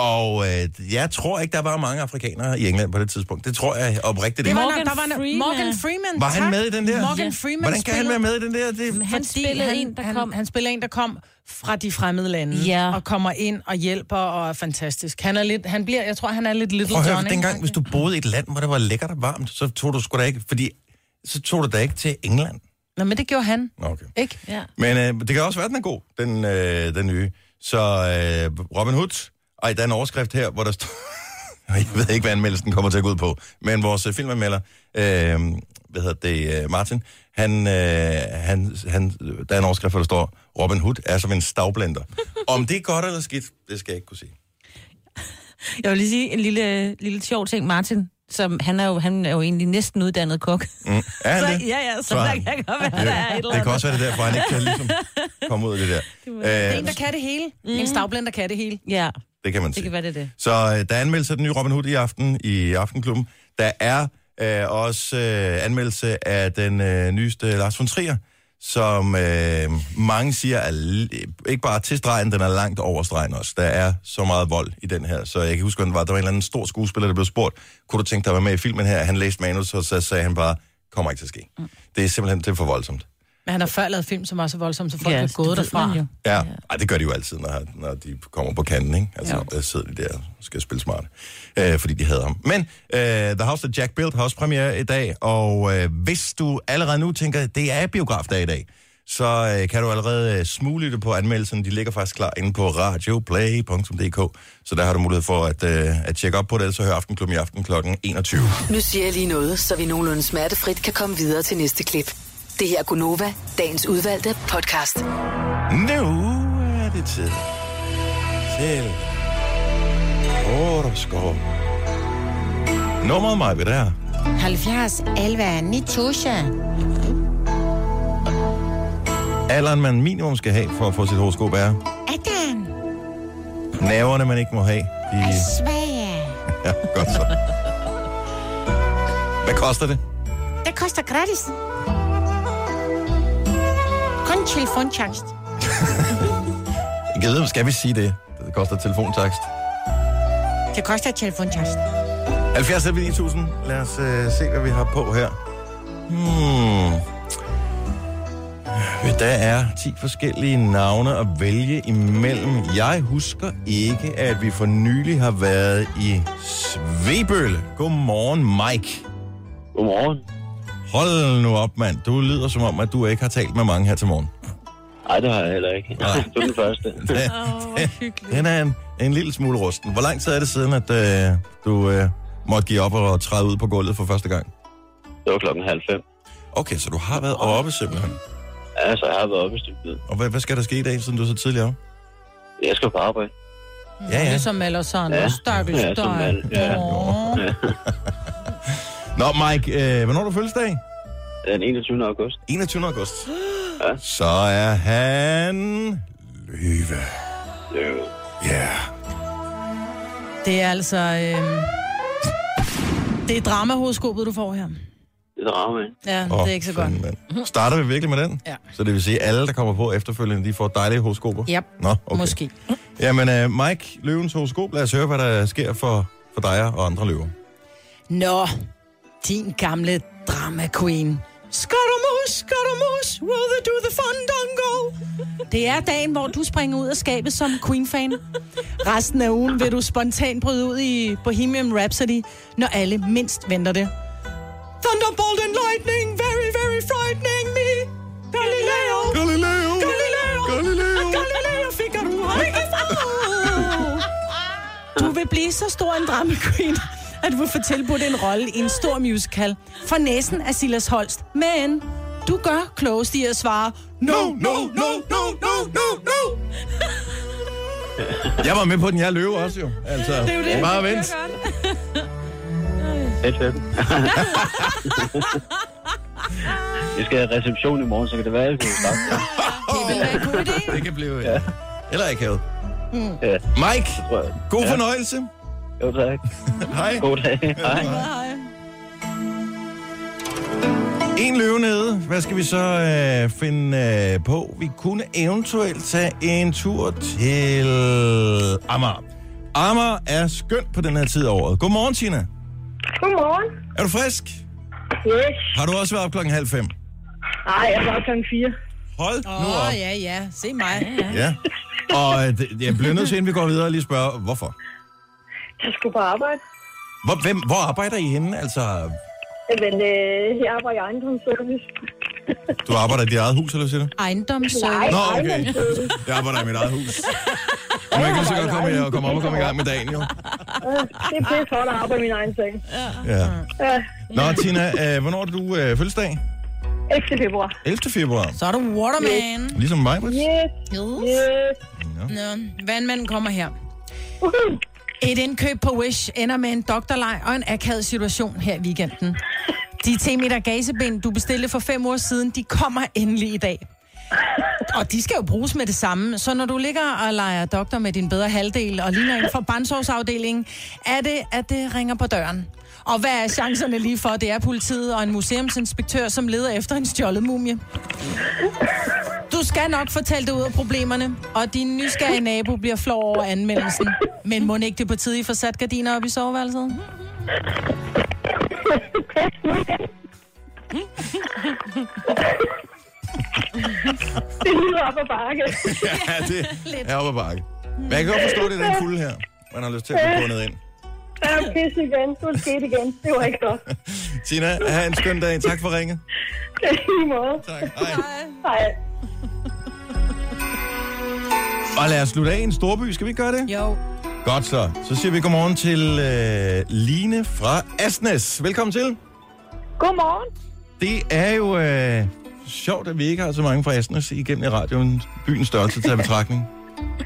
[SPEAKER 1] Og øh, jeg tror ikke, der var mange afrikanere i England på det tidspunkt. Det tror jeg oprigtigt
[SPEAKER 2] Det
[SPEAKER 1] ikke.
[SPEAKER 2] var,
[SPEAKER 3] Morgan
[SPEAKER 2] Morgan, der var, Freeman.
[SPEAKER 3] Freeman.
[SPEAKER 2] Morgan Freeman.
[SPEAKER 1] Var han
[SPEAKER 2] tak.
[SPEAKER 1] med i den der?
[SPEAKER 2] Morgan
[SPEAKER 1] Ja.
[SPEAKER 2] Freeman
[SPEAKER 1] Hvordan kan han
[SPEAKER 2] spiller-
[SPEAKER 1] være med i den der? Det,
[SPEAKER 3] Han
[SPEAKER 2] Fordi
[SPEAKER 3] spillede en, der
[SPEAKER 2] han,
[SPEAKER 3] kom...
[SPEAKER 2] Han spiller en, der kom fra de fremmede lande,
[SPEAKER 3] Ja.
[SPEAKER 2] og kommer ind og hjælper og er fantastisk. Han er lidt, han bliver, jeg tror, han er lidt Little
[SPEAKER 1] prøv at
[SPEAKER 2] John.
[SPEAKER 1] høre,
[SPEAKER 2] ikke?
[SPEAKER 1] dengang, hvis du boede i et land, hvor det var lækkert og varmt, så tog du sgu da ikke... Fordi så tog du da ikke til England.
[SPEAKER 2] Nå, men det gjorde han,
[SPEAKER 1] Nå, Okay.
[SPEAKER 2] ikke?
[SPEAKER 3] Ja.
[SPEAKER 1] Men øh, det kan også være, den er god, den, øh, den nye. Så øh, Robin Hood, ej, der er en overskrift her, hvor der står... [LAUGHS] jeg ved ikke, hvad anmeldelsen kommer til at gå ud på, men vores øh, filmanmelder, øh, hvad hedder det, øh, Martin, han, øh, han, han, der er en overskrift, hvor der står, Robin Hood er som en stavblender. Om det er godt eller skidt, det skal jeg ikke kunne sige. Mm.
[SPEAKER 3] Jeg vil lige sige en lille, lille sjov ting, Martin. Som, han, er jo, han er jo egentlig næsten uddannet kok.
[SPEAKER 1] Mm. Er han
[SPEAKER 3] Så,
[SPEAKER 1] det?
[SPEAKER 3] ja, ja, så,
[SPEAKER 1] Så
[SPEAKER 3] så der
[SPEAKER 1] han-
[SPEAKER 3] kan godt være,
[SPEAKER 1] Ja,
[SPEAKER 3] der er et eller
[SPEAKER 1] det
[SPEAKER 3] andet.
[SPEAKER 1] kan også være det der, for han ikke kan ligesom komme ud af det der.
[SPEAKER 3] [LAUGHS]
[SPEAKER 2] Det er en,
[SPEAKER 1] Øh,
[SPEAKER 2] der kan det hele. Mm.
[SPEAKER 3] Mhm.
[SPEAKER 2] En stavblender kan det hele.
[SPEAKER 3] Ja,
[SPEAKER 1] det kan man
[SPEAKER 3] det
[SPEAKER 1] sige.
[SPEAKER 3] kan være det er det.
[SPEAKER 1] Så øh, der er anmeldelse af den nye Robin Hood i aften i Aftenklubben. Der er øh, også øh, anmeldelse af den øh, nyeste Lars von Trier, som øh, mange siger er li- ikke bare til stregen, den er langt over stregen også. Der er så meget vold i den her, så jeg kan huske, at der var, der var en eller anden stor skuespiller, der blev spurgt, kunne du tænke dig at være med i filmen her? Han læste manus, og så sagde han bare, kommer ikke til at ske. Mm. Det er simpelthen til for voldsomt.
[SPEAKER 2] Men han har før lavet film, som var så voldsomme, så folk
[SPEAKER 3] Ja,
[SPEAKER 2] yes,
[SPEAKER 3] det
[SPEAKER 2] er gået
[SPEAKER 3] ved
[SPEAKER 2] derfra.
[SPEAKER 3] man jo.
[SPEAKER 1] Ja, Ej, det gør de jo altid, når, når de kommer på kanten, ikke? Altså, der sidder de der og skal spille smart, øh, fordi de hader ham. Men øh, The House of Jack Built har også premiere i dag, og øh, hvis du allerede nu tænker, at det er biografdag i dag, så øh, kan du allerede øh, smuglytte på anmeldelsen. De ligger faktisk klar inde på radioplay.dk, så der har du mulighed for at, øh, at tjekke op på det, ellers så hør Aftenklubben i aften kl. 21.
[SPEAKER 6] Nu siger jeg lige noget, så vi nogenlunde smertefrit kan komme videre til næste klip. Det her er Gunova, dagens udvalgte podcast.
[SPEAKER 1] Nu er det tid til horoskop. Nummeret mig ved det her.
[SPEAKER 7] 70 11 9000.
[SPEAKER 1] Alderen, man minimum skal have for at få sit horoskop, er
[SPEAKER 7] Adam,
[SPEAKER 1] naverne, man ikke må have. De...
[SPEAKER 7] er svag.
[SPEAKER 1] Ja, godt så. Hvad koster det?
[SPEAKER 7] Det koster gratis. Kun telefonchangst.
[SPEAKER 1] Jeg ved, om skal vi sige det? Det koster telefontakst.
[SPEAKER 7] Det koster telefonchangst.
[SPEAKER 1] 70 11, 9000. Lad os øh, se, hvad vi har på her. Hmm. Øh, Der er 10 forskellige navne at vælge imellem. Jeg husker ikke, at vi for nylig har været i Svebølle. Godmorgen, Mike.
[SPEAKER 8] Godmorgen.
[SPEAKER 1] Hold nu op, mand. Du lyder som om, at du ikke har talt med mange her til morgen.
[SPEAKER 8] Nej, det har jeg heller ikke. [LAUGHS]
[SPEAKER 1] Nej.
[SPEAKER 8] det er den første.
[SPEAKER 1] [LAUGHS] Den er en, en lille smule rusten. Hvor lang tid er det siden, at øh, du øh, måtte give op og træde ud på gulvet for første gang?
[SPEAKER 8] Det var klokken halv fem.
[SPEAKER 1] Okay, så du har været oppe simpelthen.
[SPEAKER 8] Ja, så Altså, jeg har været oppe et stykke tid.
[SPEAKER 1] Og hvad, hvad skal der ske i dag, siden du er så tidlig oppe?
[SPEAKER 8] Jeg skal på arbejde.
[SPEAKER 1] Ja, ja.
[SPEAKER 2] Ligesom alle os andre.
[SPEAKER 8] Ja.
[SPEAKER 2] Ja. Stakkels
[SPEAKER 8] Ja,
[SPEAKER 2] ja,
[SPEAKER 8] som alle. Ja.
[SPEAKER 2] Åh,
[SPEAKER 1] Nå, Mike, øh, hvornår er du fødselsdag?
[SPEAKER 8] Den 21. august.
[SPEAKER 1] 21. august. Så er han... Løve.
[SPEAKER 8] Det er jo-
[SPEAKER 1] Ja. Yeah.
[SPEAKER 2] Det er altså... Øh... Det er dramahovedskobet, du får her.
[SPEAKER 8] Det er drama, ikke?
[SPEAKER 2] Ja,
[SPEAKER 1] Åh,
[SPEAKER 2] det er ikke så godt.
[SPEAKER 1] fanden, mand. Starter vi virkelig med den?
[SPEAKER 2] Ja.
[SPEAKER 1] Så det vil sige, at alle, der kommer på efterfølgende, de får dejlige horoskoper?
[SPEAKER 2] Yep.
[SPEAKER 1] Nå, okay.
[SPEAKER 2] Måske.
[SPEAKER 1] Jamen, øh, Mike, løvens horoskop, lad os høre, hvad der sker for, for dig og andre løver.
[SPEAKER 2] Nå, din gamle drama queen. Skattamus, skattamus, will they do the fandango? Det er dagen, hvor du springer ud af skabet som Queen-fan. Resten af ugen vil du spontant bryde ud i Bohemian Rhapsody, når alle mindst venter det. Thunderbolt and lightning, very, very frightening me. Galileo,
[SPEAKER 1] Galileo!
[SPEAKER 2] Galileo, Galileo fik du Du vil blive så stor en drama queen, at du vil få tilbudt en rolle i en stor musical for næsen af Silas Holst. Men du gør klogest i at svare, no,
[SPEAKER 1] no, no, no, no, no, no! [LAUGHS] Jeg var med på den, jeg er løve også jo. Altså, det er jo det. Bare vent.
[SPEAKER 8] Helt fedt. Jeg skal have reception i morgen, så kan det være, at jeg skal starte.
[SPEAKER 2] det vil være en god idé.
[SPEAKER 1] Det kan blive... Ja. Eller akavet. Hmm.
[SPEAKER 8] Ja,
[SPEAKER 1] Mike,
[SPEAKER 8] tror jeg.
[SPEAKER 1] god
[SPEAKER 8] Ja.
[SPEAKER 1] fornøjelse.
[SPEAKER 8] Jo, tak.
[SPEAKER 1] Hej.
[SPEAKER 8] God dag. Hej.
[SPEAKER 1] En løve nede. Hvad skal vi så øh, finde øh, på? Vi kunne eventuelt tage en tur til Amager. Amager er skønt på den her tid af året. Godmorgen, Tina.
[SPEAKER 9] Godmorgen.
[SPEAKER 1] Er du frisk?
[SPEAKER 9] Yes.
[SPEAKER 1] Har du også været op klokken halv fem?
[SPEAKER 9] Ej, jeg var klokken 4.
[SPEAKER 1] Hold nu
[SPEAKER 2] Åh,
[SPEAKER 1] op.
[SPEAKER 2] oh, ja, ja. Se mig.
[SPEAKER 1] Ja. Og øh, det- jeg bliver nødt til, inden vi går videre, lige spørge, hvorfor?
[SPEAKER 9] Jeg skulle på arbejde.
[SPEAKER 1] Hvor, hvem, hvor arbejder I henne? Altså,
[SPEAKER 9] Men øh, jeg arbejder i ejendomsservice.
[SPEAKER 1] Du arbejder i dit eget hus, eller hvad siger du?
[SPEAKER 9] Nej,
[SPEAKER 2] Ejendomsservice.
[SPEAKER 1] Nå, okay.
[SPEAKER 9] ejendomsservice.
[SPEAKER 1] Jeg arbejder i mit eget hus. Og man kan lige så godt komme, her og komme op og komme i gang med dagen, jo.
[SPEAKER 9] Det er pisse hårdt at arbejde i min egen seng. [LAUGHS]
[SPEAKER 1] Ja.
[SPEAKER 9] Ja,
[SPEAKER 1] Nå, Tina, øh, hvornår er det, du øh, fødselsdag?
[SPEAKER 9] 11. februar.
[SPEAKER 1] 11. februar.
[SPEAKER 2] Så er du waterman.
[SPEAKER 1] Ligesom mig, Britt.
[SPEAKER 9] Yes,
[SPEAKER 2] Yes.
[SPEAKER 9] yes.
[SPEAKER 2] Nå, vandmanden kommer her.
[SPEAKER 9] Uhu.
[SPEAKER 2] Et indkøb på Wish ender med en doktorleg og en akavet situation her i weekenden. De 10 meter gasebind, du bestilte for fem uger siden, de kommer endelig i dag. Og de skal jo bruges med det samme. Så når du ligger og leger doktor med din bedre halvdel og ligner en fra barnsovsafdelingen, er det, at det ringer på døren. Og hvad er chancerne lige for? Det er politiet og en museumsinspektør, som leder efter en stjålet mumie. Du skal nok fortælle dig ud af problemerne, og din nysgerrige nabo bliver flov over anmeldelsen. Men må ikke det er på tide, I får sat gardiner op i soveværelset?
[SPEAKER 9] Det lyder op ad bakke.
[SPEAKER 1] [LAUGHS] Ja, det er oppe ad bakke. Men jeg kan godt forstå, det er den kulde her. Man har lyst til at blive bundet ind.
[SPEAKER 9] Jeg er pisse igen. Nu er det sket igen. Det var ikke godt.
[SPEAKER 1] [LAUGHS] Tina, have en skøn dag. Tak for ringet.
[SPEAKER 9] Det er lige måde.
[SPEAKER 1] Tak. Hej.
[SPEAKER 9] Hej.
[SPEAKER 1] Og lad os slutte af i en storby. Skal vi ikke gøre det?
[SPEAKER 2] Jo.
[SPEAKER 1] Godt så. Så siger vi godmorgen til øh, Line fra Asnes. Velkommen til.
[SPEAKER 9] Godmorgen.
[SPEAKER 1] Det er jo øh, sjovt, at vi ikke har så mange fra Asnes igennem i radioen. Byens størrelse til betragtning.
[SPEAKER 9] [LAUGHS]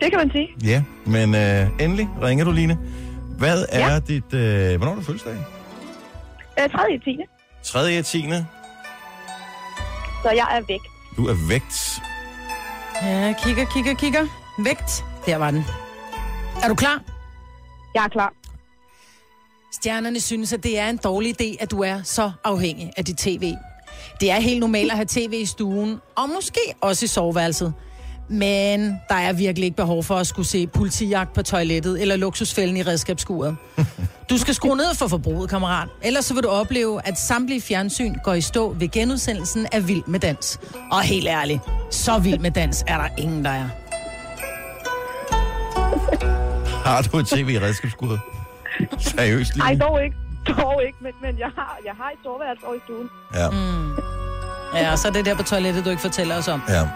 [SPEAKER 9] Det kan man sige.
[SPEAKER 1] Ja, men øh, endelig ringer du, Line. Hvad er ja. dit... Øh, hvornår er du fødselsdag?
[SPEAKER 9] Øh, 3. i 10.
[SPEAKER 1] 3. 10.
[SPEAKER 9] Så jeg er væk.
[SPEAKER 1] Du er vægt.
[SPEAKER 2] Ja, kigger, kigger, kigger. Vægt. Der var den. Er du klar?
[SPEAKER 9] Jeg er klar.
[SPEAKER 2] Stjernerne synes, at det er en dårlig idé, at du er så afhængig af dit tv. Det er helt normalt at have tv i stuen, og måske også i soveværelset. Men der er virkelig ikke behov for at skulle se politijagt på toilettet eller luksusfælden i redskabsskuret. Du skal skrue ned for forbruget, kammerat. Ellers så vil du opleve, at samtlige fjernsyn går i stå ved genudsendelsen af Vild med Dans. Og helt ærligt, så vild med dans er der ingen, der er.
[SPEAKER 1] Har du et tv i
[SPEAKER 9] [LAUGHS]
[SPEAKER 1] redskabsskuddet? Seriøst,
[SPEAKER 9] Ej,
[SPEAKER 1] Line?
[SPEAKER 9] dog ikke. Dog ikke, men, men jeg har, jeg har et soveværelse over i stuen.
[SPEAKER 1] Ja,
[SPEAKER 2] Ja, og så er det der på toilettet, du ikke fortæller os om.
[SPEAKER 1] ja.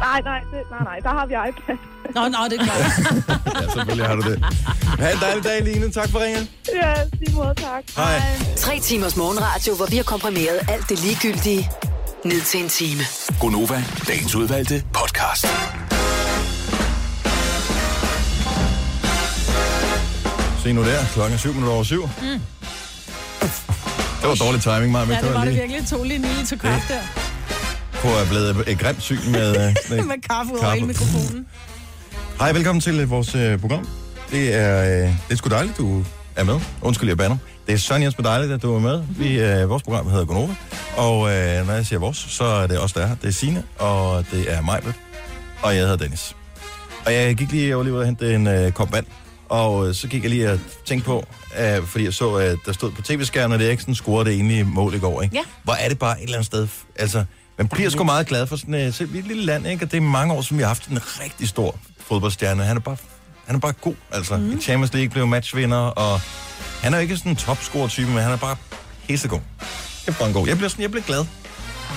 [SPEAKER 9] Nej, nej, det, nej, nej, der har vi iPad. [LAUGHS]
[SPEAKER 2] Nå, nå, det er klart.
[SPEAKER 1] ja, selvfølgelig har du det. Ha' en dejlig dag, Line. Tak for ringen.
[SPEAKER 9] Ja, lige måde, tak.
[SPEAKER 1] Hej.
[SPEAKER 6] Tre timers morgenradio, hvor vi har komprimeret alt det ligegyldige ned til en time.
[SPEAKER 4] Gonova, dagens udvalgte podcast.
[SPEAKER 1] Se nu der. Klokken er syv minutter over syv. Mm. Det var dårlig timing, Maja. men
[SPEAKER 2] Ja, det var det
[SPEAKER 1] lige
[SPEAKER 2] virkelig. To lige nye til kraft der.
[SPEAKER 1] på at blive et grimt syn
[SPEAKER 2] [LAUGHS]
[SPEAKER 1] med... øh, med-
[SPEAKER 2] Med kaffe ud over
[SPEAKER 1] Kaffe.
[SPEAKER 2] hele mikrofonen.
[SPEAKER 1] Hej, velkommen til øh, vores øh, program. Det er, øh, det er sgu dejligt, du er med. Undskyld, jeg banner. Det er Søren Jens med dejligt, at du er med.
[SPEAKER 2] Mm.
[SPEAKER 1] Vi, øh, vores program hedder Gonova. Og øh, når jeg siger vores, så er det os, der er her. Det er Signe, og det er Majbet, og jeg hedder Dennis. Og jeg gik lige over lige ud og hente en øh, kop vand, og øh, så gik jeg lige og tænkte på, øh, fordi jeg så, at der stod på tv-skærmen, at Eriksen scorede det endelige mål i går, ikke?
[SPEAKER 3] Ja.
[SPEAKER 1] Hvor er det bare et eller andet sted, f- altså, man bliver sgu meget glad for sådan øh, selv i et lille land, ikke? Og det er mange år, som vi har haft en rigtig stor fodboldstjerne. Han er bare, han er bare god, altså. Mm. I Champions League blev matchvinder, og han er jo ikke sådan en topscorer-type, men han er bare pissegod. Jeg er en god. Jeg bliver sådan, jeg bliver glad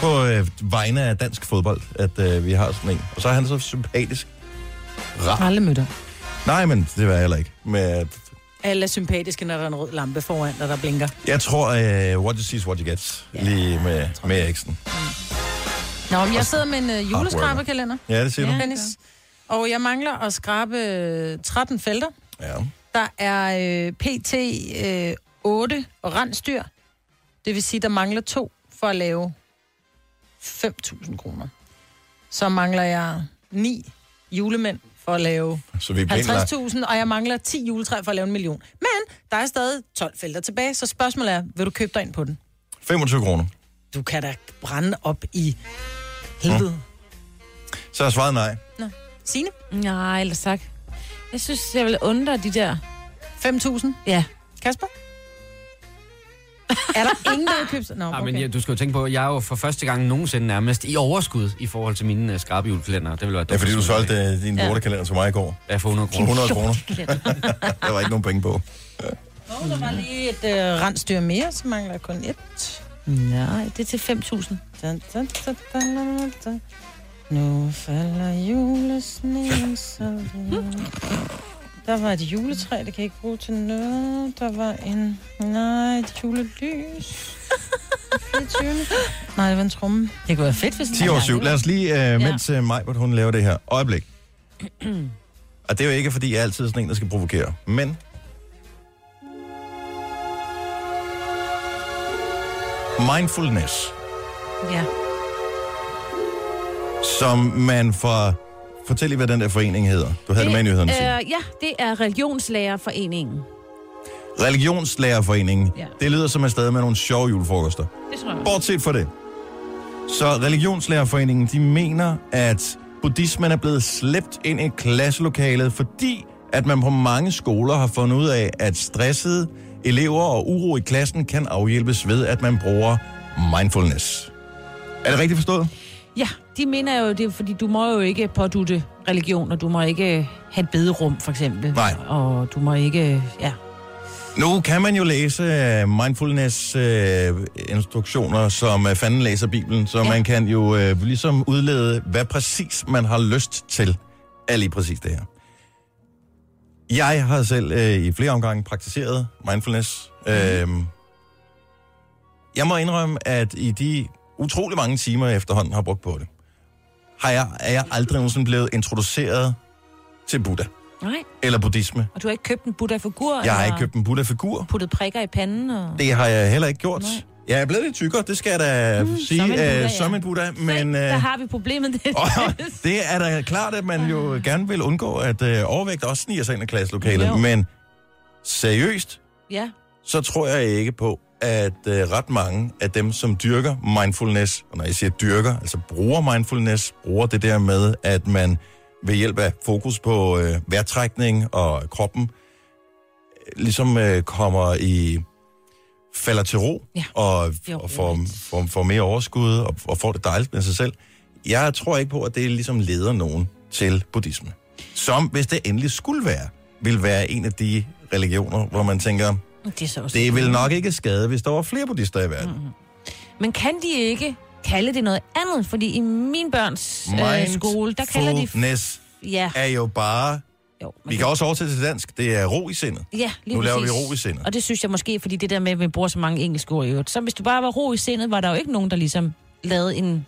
[SPEAKER 1] på øh, vegne af dansk fodbold, at øh, vi har sådan en. Og så er han så sympatisk. Rar.
[SPEAKER 2] Alle mødter.
[SPEAKER 1] Nej, men det var jeg heller ikke. Men øh,
[SPEAKER 2] Alle er sympatiske, når der er en rød lampe foran, og der blinker.
[SPEAKER 1] jeg tror, øh, what you see is what you get.
[SPEAKER 2] Ja,
[SPEAKER 1] lige med, med Eriksen.
[SPEAKER 2] Nå, men jeg sidder med en uh, juleskraberkalender,
[SPEAKER 1] Ja, det siger ja. du.
[SPEAKER 2] Dennis. Og jeg mangler at skrabe øh, 13 felter.
[SPEAKER 1] Ja.
[SPEAKER 2] Der er øh, pt. Øh, 8 rensdyr. Det vil sige, der mangler to for at lave 5.000 kroner. Så mangler jeg 9 julemænd for at lave
[SPEAKER 1] Så vi er pænt langt.
[SPEAKER 2] 50.000, og jeg mangler 10 juletræer for at lave en million. Men der er stadig 12 felter tilbage, så spørgsmålet er, vil du købe dig ind på den?
[SPEAKER 1] 25 kroner.
[SPEAKER 2] Du kan da brænde op i helvede. Mm.
[SPEAKER 1] Så er svaret nej.
[SPEAKER 2] Signe,
[SPEAKER 3] Nej, ellers tak. Jeg synes, jeg vil undre de der...
[SPEAKER 2] 5.000.
[SPEAKER 3] Ja.
[SPEAKER 2] Kasper? Er der ingen, der vil købe sig? Nå,
[SPEAKER 10] Ja, Ah, men
[SPEAKER 2] okay.
[SPEAKER 10] jeg, du skal jo tænke på, jeg er jo for første gang nogensinde nærmest i overskud i forhold til mine uh, skarpe julekalender. Det vil være
[SPEAKER 1] Ja, fordi du
[SPEAKER 10] dumt.
[SPEAKER 1] solgte øh, din ja. til mig i går.
[SPEAKER 10] Ja, for 100
[SPEAKER 1] For
[SPEAKER 10] kroner.
[SPEAKER 1] [LAUGHS] 100 kroner. der var ikke nogen penge på.
[SPEAKER 2] Oh,
[SPEAKER 3] Mm.
[SPEAKER 2] der var lige et øh, rensdyr mere, så mangler jeg kun et.
[SPEAKER 3] Nej, det er til 5.000.
[SPEAKER 2] Dun, dun, dun, dun, dun, dun. Nu falder julesneen, så det- Der var et juletræ, det kan jeg ikke bruge til noget. Der var en... Nej, et julelys. 24. Nej, det var en tromme. Det kunne være fedt, hvis
[SPEAKER 1] 10 år 7. Lad os lige, øh,
[SPEAKER 2] Ja.
[SPEAKER 1] mens øh, Majbert, hun laver det her. [CLEARS THROAT] Øjeblik. Og det er jo ikke, fordi jeg er altid sådan en, der skal provokere. Men... Mindfulness,
[SPEAKER 3] Ja.
[SPEAKER 1] som man får... Fortæl lige, hvad den der forening hedder. Du havde det, med i nyhederne. Øh...
[SPEAKER 3] øh, Ja, det er Religionslærerforeningen.
[SPEAKER 1] Religionslærerforeningen.
[SPEAKER 3] Ja.
[SPEAKER 1] Ja. Det lyder som et sted med nogle sjove julefrokoster.
[SPEAKER 3] Det tror jeg.
[SPEAKER 1] Bortset fra det. Så Religionslærerforeningen, de mener, at buddhismen er blevet slæbt ind i klasselokalet, fordi at man på mange skoler har fundet ud af, at stressede elever og uro i klassen kan afhjælpes ved, at man bruger mindfulness. Er det rigtigt forstået?
[SPEAKER 3] Ja, de mener jo det, er, fordi du må jo ikke pådutte religion, og du må ikke have et bederum, for eksempel.
[SPEAKER 1] Nej.
[SPEAKER 3] Og du må ikke, ja.
[SPEAKER 1] Nu kan man jo læse øh, mindfulness-instruktioner, som øh, fanden læser Bibelen, så man kan jo øh, ligesom udlede, hvad præcis man har lyst til af lige præcis det her. Jeg har selv øh, i flere omgange praktiseret mindfulness. Øhm, jeg må indrømme, at i de utrolig mange timer, jeg efterhånden har brugt på det, har jeg, er jeg aldrig nogensinde blevet introduceret til Buddha
[SPEAKER 3] Nej.
[SPEAKER 1] eller buddhisme.
[SPEAKER 3] Og du har ikke købt en Buddha-figur?
[SPEAKER 1] Jeg har ikke
[SPEAKER 3] eller
[SPEAKER 1] købt en Buddha-figur.
[SPEAKER 3] puttet prikker i panden? Og...
[SPEAKER 1] Det har jeg heller ikke gjort. Jeg er blevet lidt tykkere, det skal jeg da mm, sige, som en Buddha,
[SPEAKER 3] ja.
[SPEAKER 1] som en Buddha men
[SPEAKER 3] Der
[SPEAKER 1] øh, [LAUGHS]
[SPEAKER 3] har vi problemet. Det.
[SPEAKER 1] det er da klart, at man jo gerne vil undgå, at øh, overvægt også sniger sig ind i klasselokalet,
[SPEAKER 3] Jo.
[SPEAKER 1] men seriøst,
[SPEAKER 3] ja.
[SPEAKER 1] så tror jeg ikke på, at øh, ret mange af dem, som dyrker mindfulness, og når jeg siger dyrker, altså bruger mindfulness, bruger det der med, at man ved hjælp af fokus på øh, vejrtrækning og kroppen, øh, ligesom øh, kommer i falder til ro
[SPEAKER 3] Ja,
[SPEAKER 1] og,
[SPEAKER 3] det er
[SPEAKER 1] og får, får, får mere overskud og, og får det dejligt med sig selv. Jeg tror ikke på, at det ligesom leder nogen til buddhisme. Som, hvis det endelig skulle være, vil være en af de religioner, hvor man tænker,
[SPEAKER 3] Det er så også...
[SPEAKER 1] det vil nok ikke skade, hvis der var flere buddhister i
[SPEAKER 3] Mm.
[SPEAKER 1] verden. Mm-hmm.
[SPEAKER 3] Men kan de ikke kalde det noget andet? Fordi i min børns øh, skole, der kalder de...
[SPEAKER 1] Mindfulness
[SPEAKER 3] Ja,
[SPEAKER 1] er jo bare...
[SPEAKER 3] jo, man
[SPEAKER 1] Vi kan også oversætte til dansk. Det er ro i sindet.
[SPEAKER 3] Ja, lige
[SPEAKER 1] nu laver vi
[SPEAKER 3] præcis.
[SPEAKER 1] ro i sindet.
[SPEAKER 3] Og det synes jeg måske, fordi det der med, at vi bruger så mange engelske ord i øvrigt. Så hvis du bare var ro i sindet, var der jo ikke nogen, der ligesom lavede en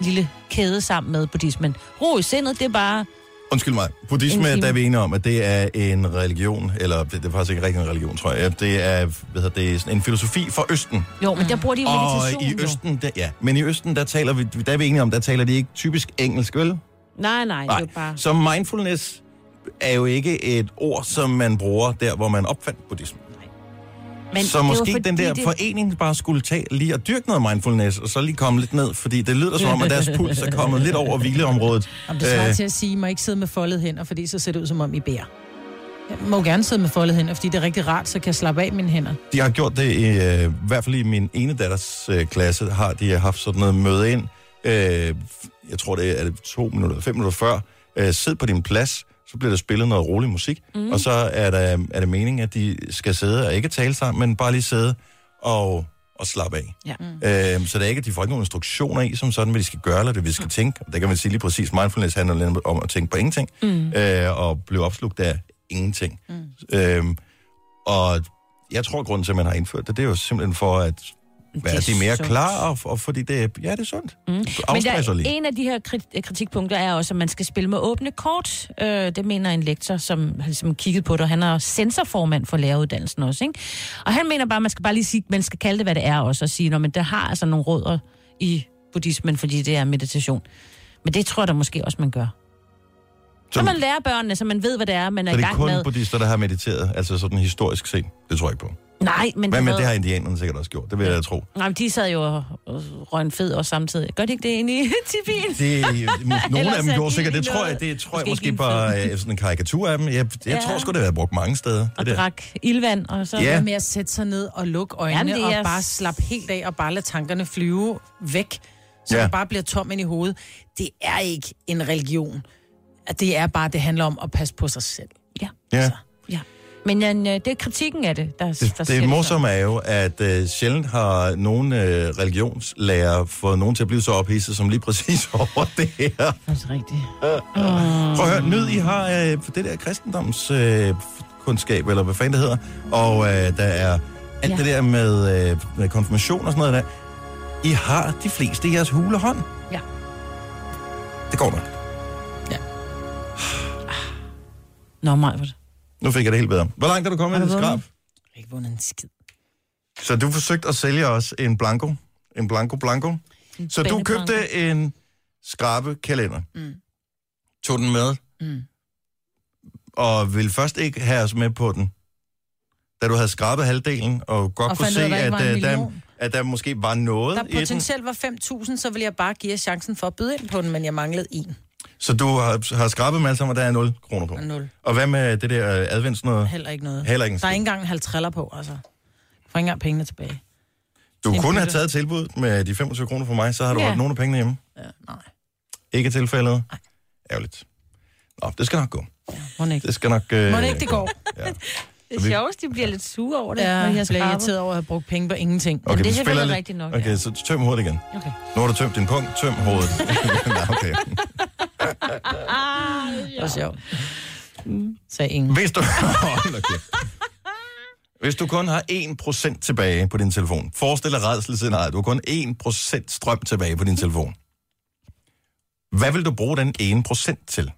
[SPEAKER 3] lille kæde sammen med buddhismen. Ro i sindet, det er bare...
[SPEAKER 1] Undskyld mig.
[SPEAKER 3] En
[SPEAKER 1] Buddhisme,
[SPEAKER 3] time.
[SPEAKER 1] der er vi enige om, at det er en religion, eller det, det er faktisk ikke rigtig en religion, tror jeg. Det er, hvad hedder det, sådan en filosofi fra Østen.
[SPEAKER 3] Jo, men der bruger de jo
[SPEAKER 1] Og
[SPEAKER 3] meditation.
[SPEAKER 1] i
[SPEAKER 3] jo.
[SPEAKER 1] Østen, der, ja, men i Østen, der taler vi, der er vi enige om, der taler de ikke typisk engelsk, vel?
[SPEAKER 3] Nej, nej, nej. det er jo bare...
[SPEAKER 1] Så mindfulness er jo ikke et ord, som man bruger der, hvor man opfandt buddhismen. Men så
[SPEAKER 3] det var
[SPEAKER 1] måske
[SPEAKER 3] fordi,
[SPEAKER 1] den der
[SPEAKER 3] det-
[SPEAKER 1] forening bare skulle tage lige og dyrke noget mindfulness, og så lige komme lidt ned, fordi det lyder som om, at deres puls er kommet lidt over hvileområdet.
[SPEAKER 2] Om det svarer
[SPEAKER 1] Øh,
[SPEAKER 2] til at sige, at må ikke sidde med foldede hænder, fordi så ser det ud som om, I bærer. Jeg må jo gerne sidde med foldede hænder, fordi det er rigtig rart, så kan jeg slappe af mine hænder.
[SPEAKER 1] De har gjort det, i, øh, i hvert fald i min ene datters øh, klasse, har de haft sådan noget møde ind. Øh, jeg tror, det er, er det to minutter, eller fem minutter før. Øh, sid på din plads, så bliver der spillet noget rolig musik. Mm. Og så er, der, er det meningen, at de skal sidde og ikke tale sammen, men bare lige sidde og, og slappe af.
[SPEAKER 3] Ja.
[SPEAKER 1] Øh, så det er ikke, at de får ikke nogen instruktioner i, som sådan, hvad de skal gøre, eller det, vi
[SPEAKER 3] Mm.
[SPEAKER 1] skal tænke. Der kan man sige lige præcis, mindfulness handler lidt om at tænke på ingenting, mm. øh, og blive opslugt af ingenting. Mm. Øh, og jeg tror, grunden til, at man har indført det, det er jo simpelthen for at være
[SPEAKER 3] Det er
[SPEAKER 1] de mere
[SPEAKER 3] sundt.
[SPEAKER 1] klar, og, og fordi det er, ja, det er sundt. Mm.
[SPEAKER 3] Men der,
[SPEAKER 1] Afstresser lige.
[SPEAKER 3] en af de her krit- kritikpunkter er også, at man skal spille med åbne kort. Øh, det mener en lektor, som har ligesom kigget på det, og han er sensorformand for læreruddannelsen også. Ikke? Og han mener bare, at man skal bare lige sige, man skal kalde det, hvad det er også, og sige, at der har altså nogle rødder i buddhismen, fordi det er meditation. Men det tror jeg da måske også, man gør. Så,
[SPEAKER 1] Så-
[SPEAKER 3] man lærer børnene, så man ved, hvad det er, man er,
[SPEAKER 1] Så
[SPEAKER 3] i
[SPEAKER 1] det er
[SPEAKER 3] gang
[SPEAKER 1] kun
[SPEAKER 3] med.
[SPEAKER 1] buddhister, der har mediteret, altså sådan historisk set. Det tror jeg ikke på.
[SPEAKER 3] Nej, men,
[SPEAKER 1] Hvad med,
[SPEAKER 3] ved-
[SPEAKER 1] det har indianerne sikkert også gjort. Det vil jeg da tro.
[SPEAKER 3] Nej, men de sad jo og, og røg en fed også samtidig. Gør de ikke det inde i [LAUGHS] Tibien?
[SPEAKER 1] Det, øh,
[SPEAKER 3] Ellers
[SPEAKER 1] nogle
[SPEAKER 3] er
[SPEAKER 1] af
[SPEAKER 3] de
[SPEAKER 1] dem gjorde sikkert. Det
[SPEAKER 3] lige
[SPEAKER 1] tror jeg,
[SPEAKER 3] noget-
[SPEAKER 1] det tror jeg
[SPEAKER 3] måske
[SPEAKER 1] måske
[SPEAKER 3] ikke
[SPEAKER 1] bare
[SPEAKER 3] lige
[SPEAKER 1] øh, sådan en karikatur af dem. Jeg, jeg
[SPEAKER 3] Ja.
[SPEAKER 1] tror sgu, det har været brugt mange steder. Det
[SPEAKER 3] Og
[SPEAKER 1] der.
[SPEAKER 3] drak ildvand, og så...
[SPEAKER 1] Ja.
[SPEAKER 2] Ja. Med at sætte sig ned og lukke øjnene
[SPEAKER 3] Jamen, det er
[SPEAKER 2] og bare
[SPEAKER 3] s-
[SPEAKER 2] slappe helt af og bare lade tankerne flyve væk, så
[SPEAKER 1] Ja.
[SPEAKER 2] ja. man bare bliver tom ind i hovedet. Det er ikke en religion. At Det er bare, det handler om at passe på sig selv.
[SPEAKER 3] Ja.
[SPEAKER 1] Ja.
[SPEAKER 3] ja. Men øh, det er kritikken af det, der, altså. der
[SPEAKER 1] Det, det morsomme er jo, at øh, sjældent har nogen øh, religionslærer fået nogen til at blive så ophidset som lige præcis [LAUGHS] over det her.
[SPEAKER 3] Det er rigtigt.
[SPEAKER 1] Prøv at høre,
[SPEAKER 3] Mm.
[SPEAKER 1] nyd, I har øh, det der kristendoms øh, kundskab, eller hvad fanden det hedder, og øh, der er alt ja. det der med, øh, med konfirmation og sådan noget der. I har de fleste i jeres hulehånd.
[SPEAKER 3] Ja.
[SPEAKER 1] Det går nok.
[SPEAKER 3] Nå, mig.
[SPEAKER 1] Nu fik jeg det helt bedre. Hvor langt er du kommet i
[SPEAKER 2] Har
[SPEAKER 1] det
[SPEAKER 2] du
[SPEAKER 1] skrab?
[SPEAKER 2] vundet? Ikke vundet en skid.
[SPEAKER 1] Så du forsøgte at sælge os en blanco. En blanco blanco. Så du købte en skrabekalender. Mm. Tog den med.
[SPEAKER 2] Mm.
[SPEAKER 1] Og ville først ikke have os med på den. Da du havde skrabet halvdelen, og godt
[SPEAKER 2] Og
[SPEAKER 1] kunne
[SPEAKER 2] fandt
[SPEAKER 1] se,
[SPEAKER 2] ud af, der
[SPEAKER 1] at,
[SPEAKER 2] ikke var en
[SPEAKER 1] øh, der,
[SPEAKER 2] million.
[SPEAKER 1] at der måske var noget
[SPEAKER 2] Der
[SPEAKER 1] i den.
[SPEAKER 2] potentielt var 5.000, så ville jeg bare give jer chancen for at byde ind på den, men jeg manglede en.
[SPEAKER 1] Så du har, har skrabet med alt sammen, og der er 0 kroner på.
[SPEAKER 2] Og nul.
[SPEAKER 1] Og hvad med det der øh, advents noget?
[SPEAKER 2] Heller ikke noget.
[SPEAKER 1] Heller ikke en
[SPEAKER 2] Der er
[SPEAKER 1] skid.
[SPEAKER 2] ikke engang 50 på, altså. Jeg får ikke engang pengene tilbage.
[SPEAKER 1] Du
[SPEAKER 2] en
[SPEAKER 1] kunne have
[SPEAKER 2] bytte.
[SPEAKER 1] taget tilbuddet med de 25 kroner fra mig, så har du
[SPEAKER 2] Ja.
[SPEAKER 1] ja. holdt nogle af pengene hjemme.
[SPEAKER 2] Ja, nej.
[SPEAKER 1] Ikke tilfældet? Nej. Ærgerligt. Nå, det skal nok gå.
[SPEAKER 2] Må den ikke.
[SPEAKER 1] Det skal nok... Øh,
[SPEAKER 2] Må den ikke, det går.
[SPEAKER 3] Det er sjovt, de bliver lidt sure over det,
[SPEAKER 2] Ja,
[SPEAKER 3] når de
[SPEAKER 2] jeg
[SPEAKER 3] har
[SPEAKER 2] bliver
[SPEAKER 3] skrabet.
[SPEAKER 2] irriteret over at have brugt penge på ingenting.
[SPEAKER 1] Okay,
[SPEAKER 3] det
[SPEAKER 1] vi
[SPEAKER 3] er
[SPEAKER 1] spiller
[SPEAKER 3] selvfølgelig
[SPEAKER 1] lidt.
[SPEAKER 3] rigtigt nok,
[SPEAKER 1] Okay,
[SPEAKER 3] ja.
[SPEAKER 1] så tøm hovedet igen.
[SPEAKER 3] Okay.
[SPEAKER 1] Nu har du tømt din punkt, tøm hovedet. [LAUGHS] Nå, okay.
[SPEAKER 2] Det var sjovt.
[SPEAKER 1] Mm.
[SPEAKER 2] Sagde ingen.
[SPEAKER 1] Hvis du... [LAUGHS] Hold da kæft. Hvis du kun har 1% tilbage på din telefon, forestil dig redselscenariet, du har kun 1% strøm tilbage på din telefon. Hvad vil du bruge den 1% til?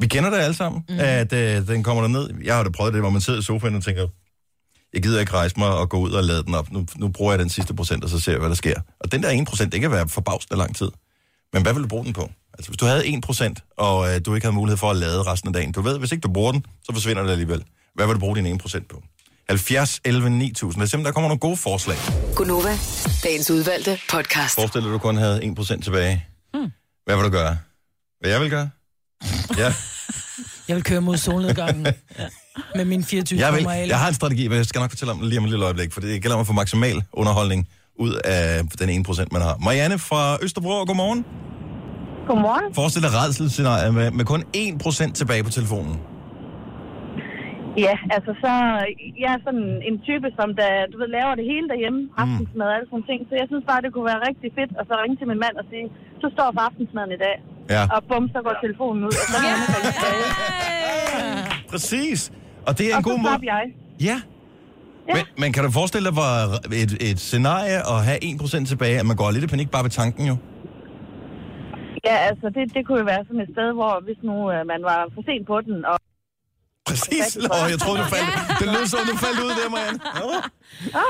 [SPEAKER 1] Vi kender det alle sammen, mm. at øh, den kommer ned. Jeg har da prøvet det, hvor man sidder i sofaen og tænker, jeg gider ikke rejse mig og gå ud og lade den op. Nu, nu bruger jeg den sidste procent, og så ser jeg, hvad der sker. Og den der 1%, det kan være forbavsende lang tid. Men hvad vil du bruge den på? Altså, hvis du havde 1%, og øh, du ikke havde mulighed for at lade resten af dagen. Du ved, hvis ikke du bruger den, så forsvinder det alligevel. Hvad vil du bruge din 1% på? 70, 11, 9000. Lad os se, om der kommer nogle gode forslag.
[SPEAKER 6] Gunova, dagens udvalgte podcast.
[SPEAKER 1] Forestil dig, at du kun havde 1% tilbage. Hmm. Hvad vil du gøre? Hvad jeg vil gøre? Ja,
[SPEAKER 2] Jeg vil køre mod
[SPEAKER 1] [LAUGHS]
[SPEAKER 2] solnedgangen ja. med min 24
[SPEAKER 1] jeg, vil,
[SPEAKER 2] timer el.
[SPEAKER 1] jeg har en strategi, men jeg skal nok fortælle om det lige om et lille øjeblik, for det gælder om at få maksimal underholdning ud af den 1%, man har. Marianne fra Østerbro, godmorgen.
[SPEAKER 9] Godmorgen.
[SPEAKER 1] Forestil dig redselsscenariet med, med kun 1% tilbage på telefonen.
[SPEAKER 9] Ja, altså så... Jeg er sådan en type, som der, du ved, laver det hele derhjemme.
[SPEAKER 1] Mm.
[SPEAKER 9] Aftensmad og alle sådan ting. Så jeg synes bare, det kunne være rigtig fedt at så ringe til min mand og sige, du står for aftensmaden i dag.
[SPEAKER 1] Ja.
[SPEAKER 9] Og bum, så går telefonen ud.
[SPEAKER 1] [LAUGHS]
[SPEAKER 9] Og så er han ikke tilbage.
[SPEAKER 1] Præcis. Og det er en
[SPEAKER 9] Og så
[SPEAKER 1] god måde...
[SPEAKER 9] slap jeg.
[SPEAKER 1] Ja. Men, men kan du forestille dig, hvor et, et scenarie at have 1% tilbage, at man går lidt i panik bare ved tanken jo?
[SPEAKER 9] Ja, altså det, det kunne jo være sådan et sted, hvor hvis nu øh, man var for sent på den, og
[SPEAKER 1] Præcis. Åh, jeg troede, du faldt. Det lød som, du faldt ud der, Marianne. Nå.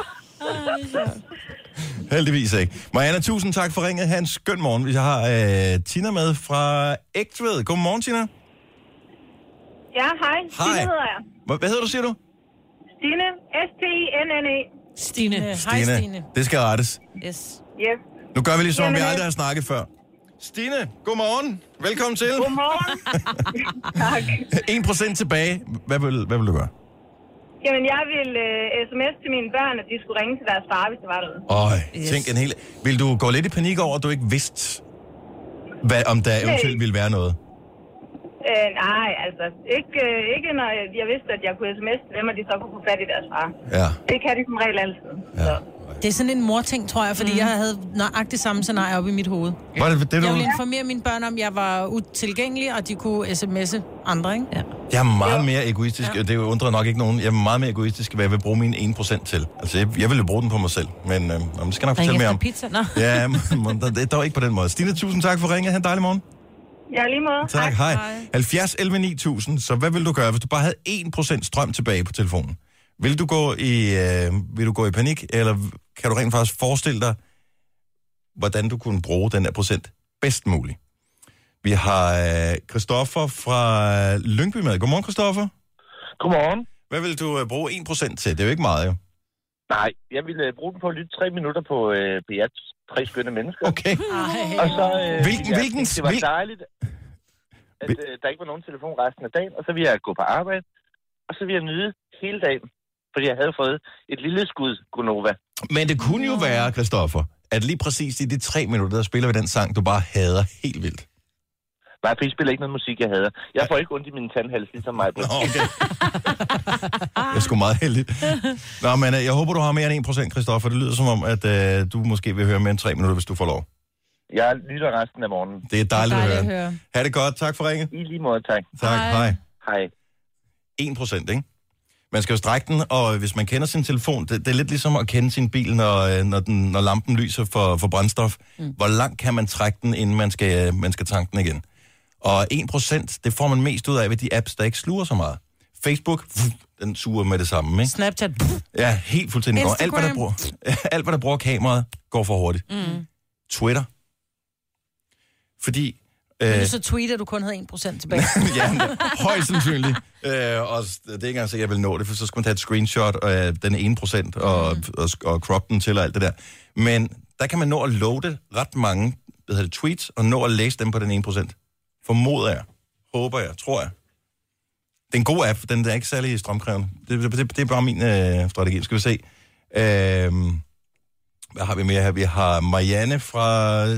[SPEAKER 1] Heldigvis ikke. Marianne, tusind tak for ringet. Ha' en skøn morgen. Vi har øh, Tina med fra Ægtved. Godmorgen, Tina.
[SPEAKER 11] Ja, hej.
[SPEAKER 1] Hej.
[SPEAKER 11] Stine hedder jeg.
[SPEAKER 1] Hva- Hvad hedder du, siger du?
[SPEAKER 11] Stine. S-T-I-N-N-E.
[SPEAKER 2] Stine.
[SPEAKER 1] Det skal rettes.
[SPEAKER 2] Yes.
[SPEAKER 11] Yes.
[SPEAKER 1] Nu gør vi lige, som om vi
[SPEAKER 11] Jamen,
[SPEAKER 1] aldrig har snakket før. Stine, godmorgen. Velkommen til.
[SPEAKER 11] Godmorgen. tak.
[SPEAKER 12] [LAUGHS]
[SPEAKER 1] [LAUGHS] 1% tilbage. Hvad vil, hvad vil du gøre?
[SPEAKER 11] Jamen, jeg vil uh, sms til mine børn, at de skulle ringe til deres far, hvis det var noget.
[SPEAKER 1] Øj,
[SPEAKER 11] Yes.
[SPEAKER 1] yes. tænk en hel... Vil du gå lidt i panik over, at du ikke vidste, hvad, om der
[SPEAKER 11] Nej.
[SPEAKER 1] eventuelt ville være noget?
[SPEAKER 11] Øh, nej, altså. Ikke, øh, ikke når jeg vidste, at jeg kunne sms til dem, og de så kunne få fat i deres far.
[SPEAKER 1] Ja.
[SPEAKER 11] Det kan de som regel altid.
[SPEAKER 2] Det er sådan en morting, tror jeg, fordi mm. jeg havde nøjagtigt samme scenarie oppe i mit hoved.
[SPEAKER 1] Var det det, du-
[SPEAKER 2] jeg ville informere mine børn om, at jeg var utilgængelig, og de kunne sms'e andre, ikke? Ja.
[SPEAKER 1] Jeg er meget mere egoistisk, og det undrer nok ikke nogen. Jeg er meget mere egoistisk, hvad jeg vil bruge min 1% til. Altså, jeg, jeg vil jo bruge den på mig selv, men øh, om det skal jeg nok fortælle mere om.
[SPEAKER 3] pizza. Nå.
[SPEAKER 1] Ja, men det er dog ikke på den måde. Stine, tusind tak for ringet. Ha' en dejlig morgen.
[SPEAKER 11] Ja, lige måde.
[SPEAKER 1] Tak, hej. 70 11 9000, så hvad vil du gøre, hvis du bare havde 1% strøm tilbage på telefonen? Vil du gå i, øh, vil du gå i panik, eller kan du rent faktisk forestille dig, hvordan du kunne bruge den her procent bedst muligt? Vi har øh, Christoffer fra Lyngby med. Godmorgen, Christoffer.
[SPEAKER 12] Godmorgen.
[SPEAKER 1] Hvad vil du øh, bruge 1% til? Det er jo ikke meget, jo.
[SPEAKER 12] Nej, jeg ville øh, bruge den på at lytte tre minutter på, øh, på jer tre skønne mennesker.
[SPEAKER 1] Okay.
[SPEAKER 12] Og så, øh,
[SPEAKER 1] Hvilken-
[SPEAKER 12] ville jeg
[SPEAKER 1] hvilken-
[SPEAKER 12] tænke, det var
[SPEAKER 1] hvil-
[SPEAKER 12] dejligt, at øh, der ikke var nogen telefon resten af dagen. Og så ville jeg gå på arbejde, og så ville jeg nyde hele dagen, fordi jeg havde fået et lille skud, Gunova.
[SPEAKER 1] Men det kunne jo være, Christoffer, at lige præcis i de tre minutter, der spiller vi den sang, du bare hader helt vildt.
[SPEAKER 12] Nej, for I spiller ikke noget musik, jeg hader. Jeg får ikke ondt i min tandhals, ligesom mig. Nå,
[SPEAKER 1] okay. Jeg er sgu meget heldig. Nå, men øh, jeg håber, du har mere end 1%, Christoffer. Det lyder som om, at øh, du måske vil høre mere end 3 minutter, hvis du får lov.
[SPEAKER 12] Jeg lytter resten af morgenen.
[SPEAKER 1] Det er dejligt, at høre. Ha' det godt. Tak for ringet.
[SPEAKER 12] I lige måde, tak.
[SPEAKER 1] Tak. Hej.
[SPEAKER 12] Hej.
[SPEAKER 1] 1 procent, ikke? Man skal jo strække den, og hvis man kender sin telefon, det, det er lidt ligesom at kende sin bil, når, øh, når, den, når lampen lyser for, for brændstof. Mm. Hvor langt kan man trække den, inden man skal, øh, man skal tanke den igen? Og 1 procent, det får man mest ud af ved de apps, der ikke sluger så meget. Facebook, pff, den suger med det samme, ikke?
[SPEAKER 2] Snapchat.
[SPEAKER 1] Ja, helt fuldstændig går. Alt hvad, der
[SPEAKER 2] Instagram.
[SPEAKER 1] bruger, [LAUGHS] alt, hvad der bruger kameraet, går for hurtigt.
[SPEAKER 2] Mm.
[SPEAKER 1] Twitter. Fordi...
[SPEAKER 2] Men
[SPEAKER 1] Øh,
[SPEAKER 2] du så tweeter, du kun havde 1%
[SPEAKER 3] [LAUGHS]
[SPEAKER 2] tilbage.
[SPEAKER 1] ja, men det- højst sandsynligt. Øh, og s- det er ikke engang sikkert, at jeg vil nå det, for så skal man tage et screenshot af den ene procent og, mm. og, og crop den til og alt det der. Men der kan man nå at loade ret mange hvad hedder det, tweets og nå at læse dem på den ene procent. Formoder jeg. Håber jeg. Tror jeg. Det er en god app. Den er ikke særlig strømkrævende. Det, det, det er bare min øh, strategi. Skal vi se. Øh, hvad har vi mere her? Vi har Marianne fra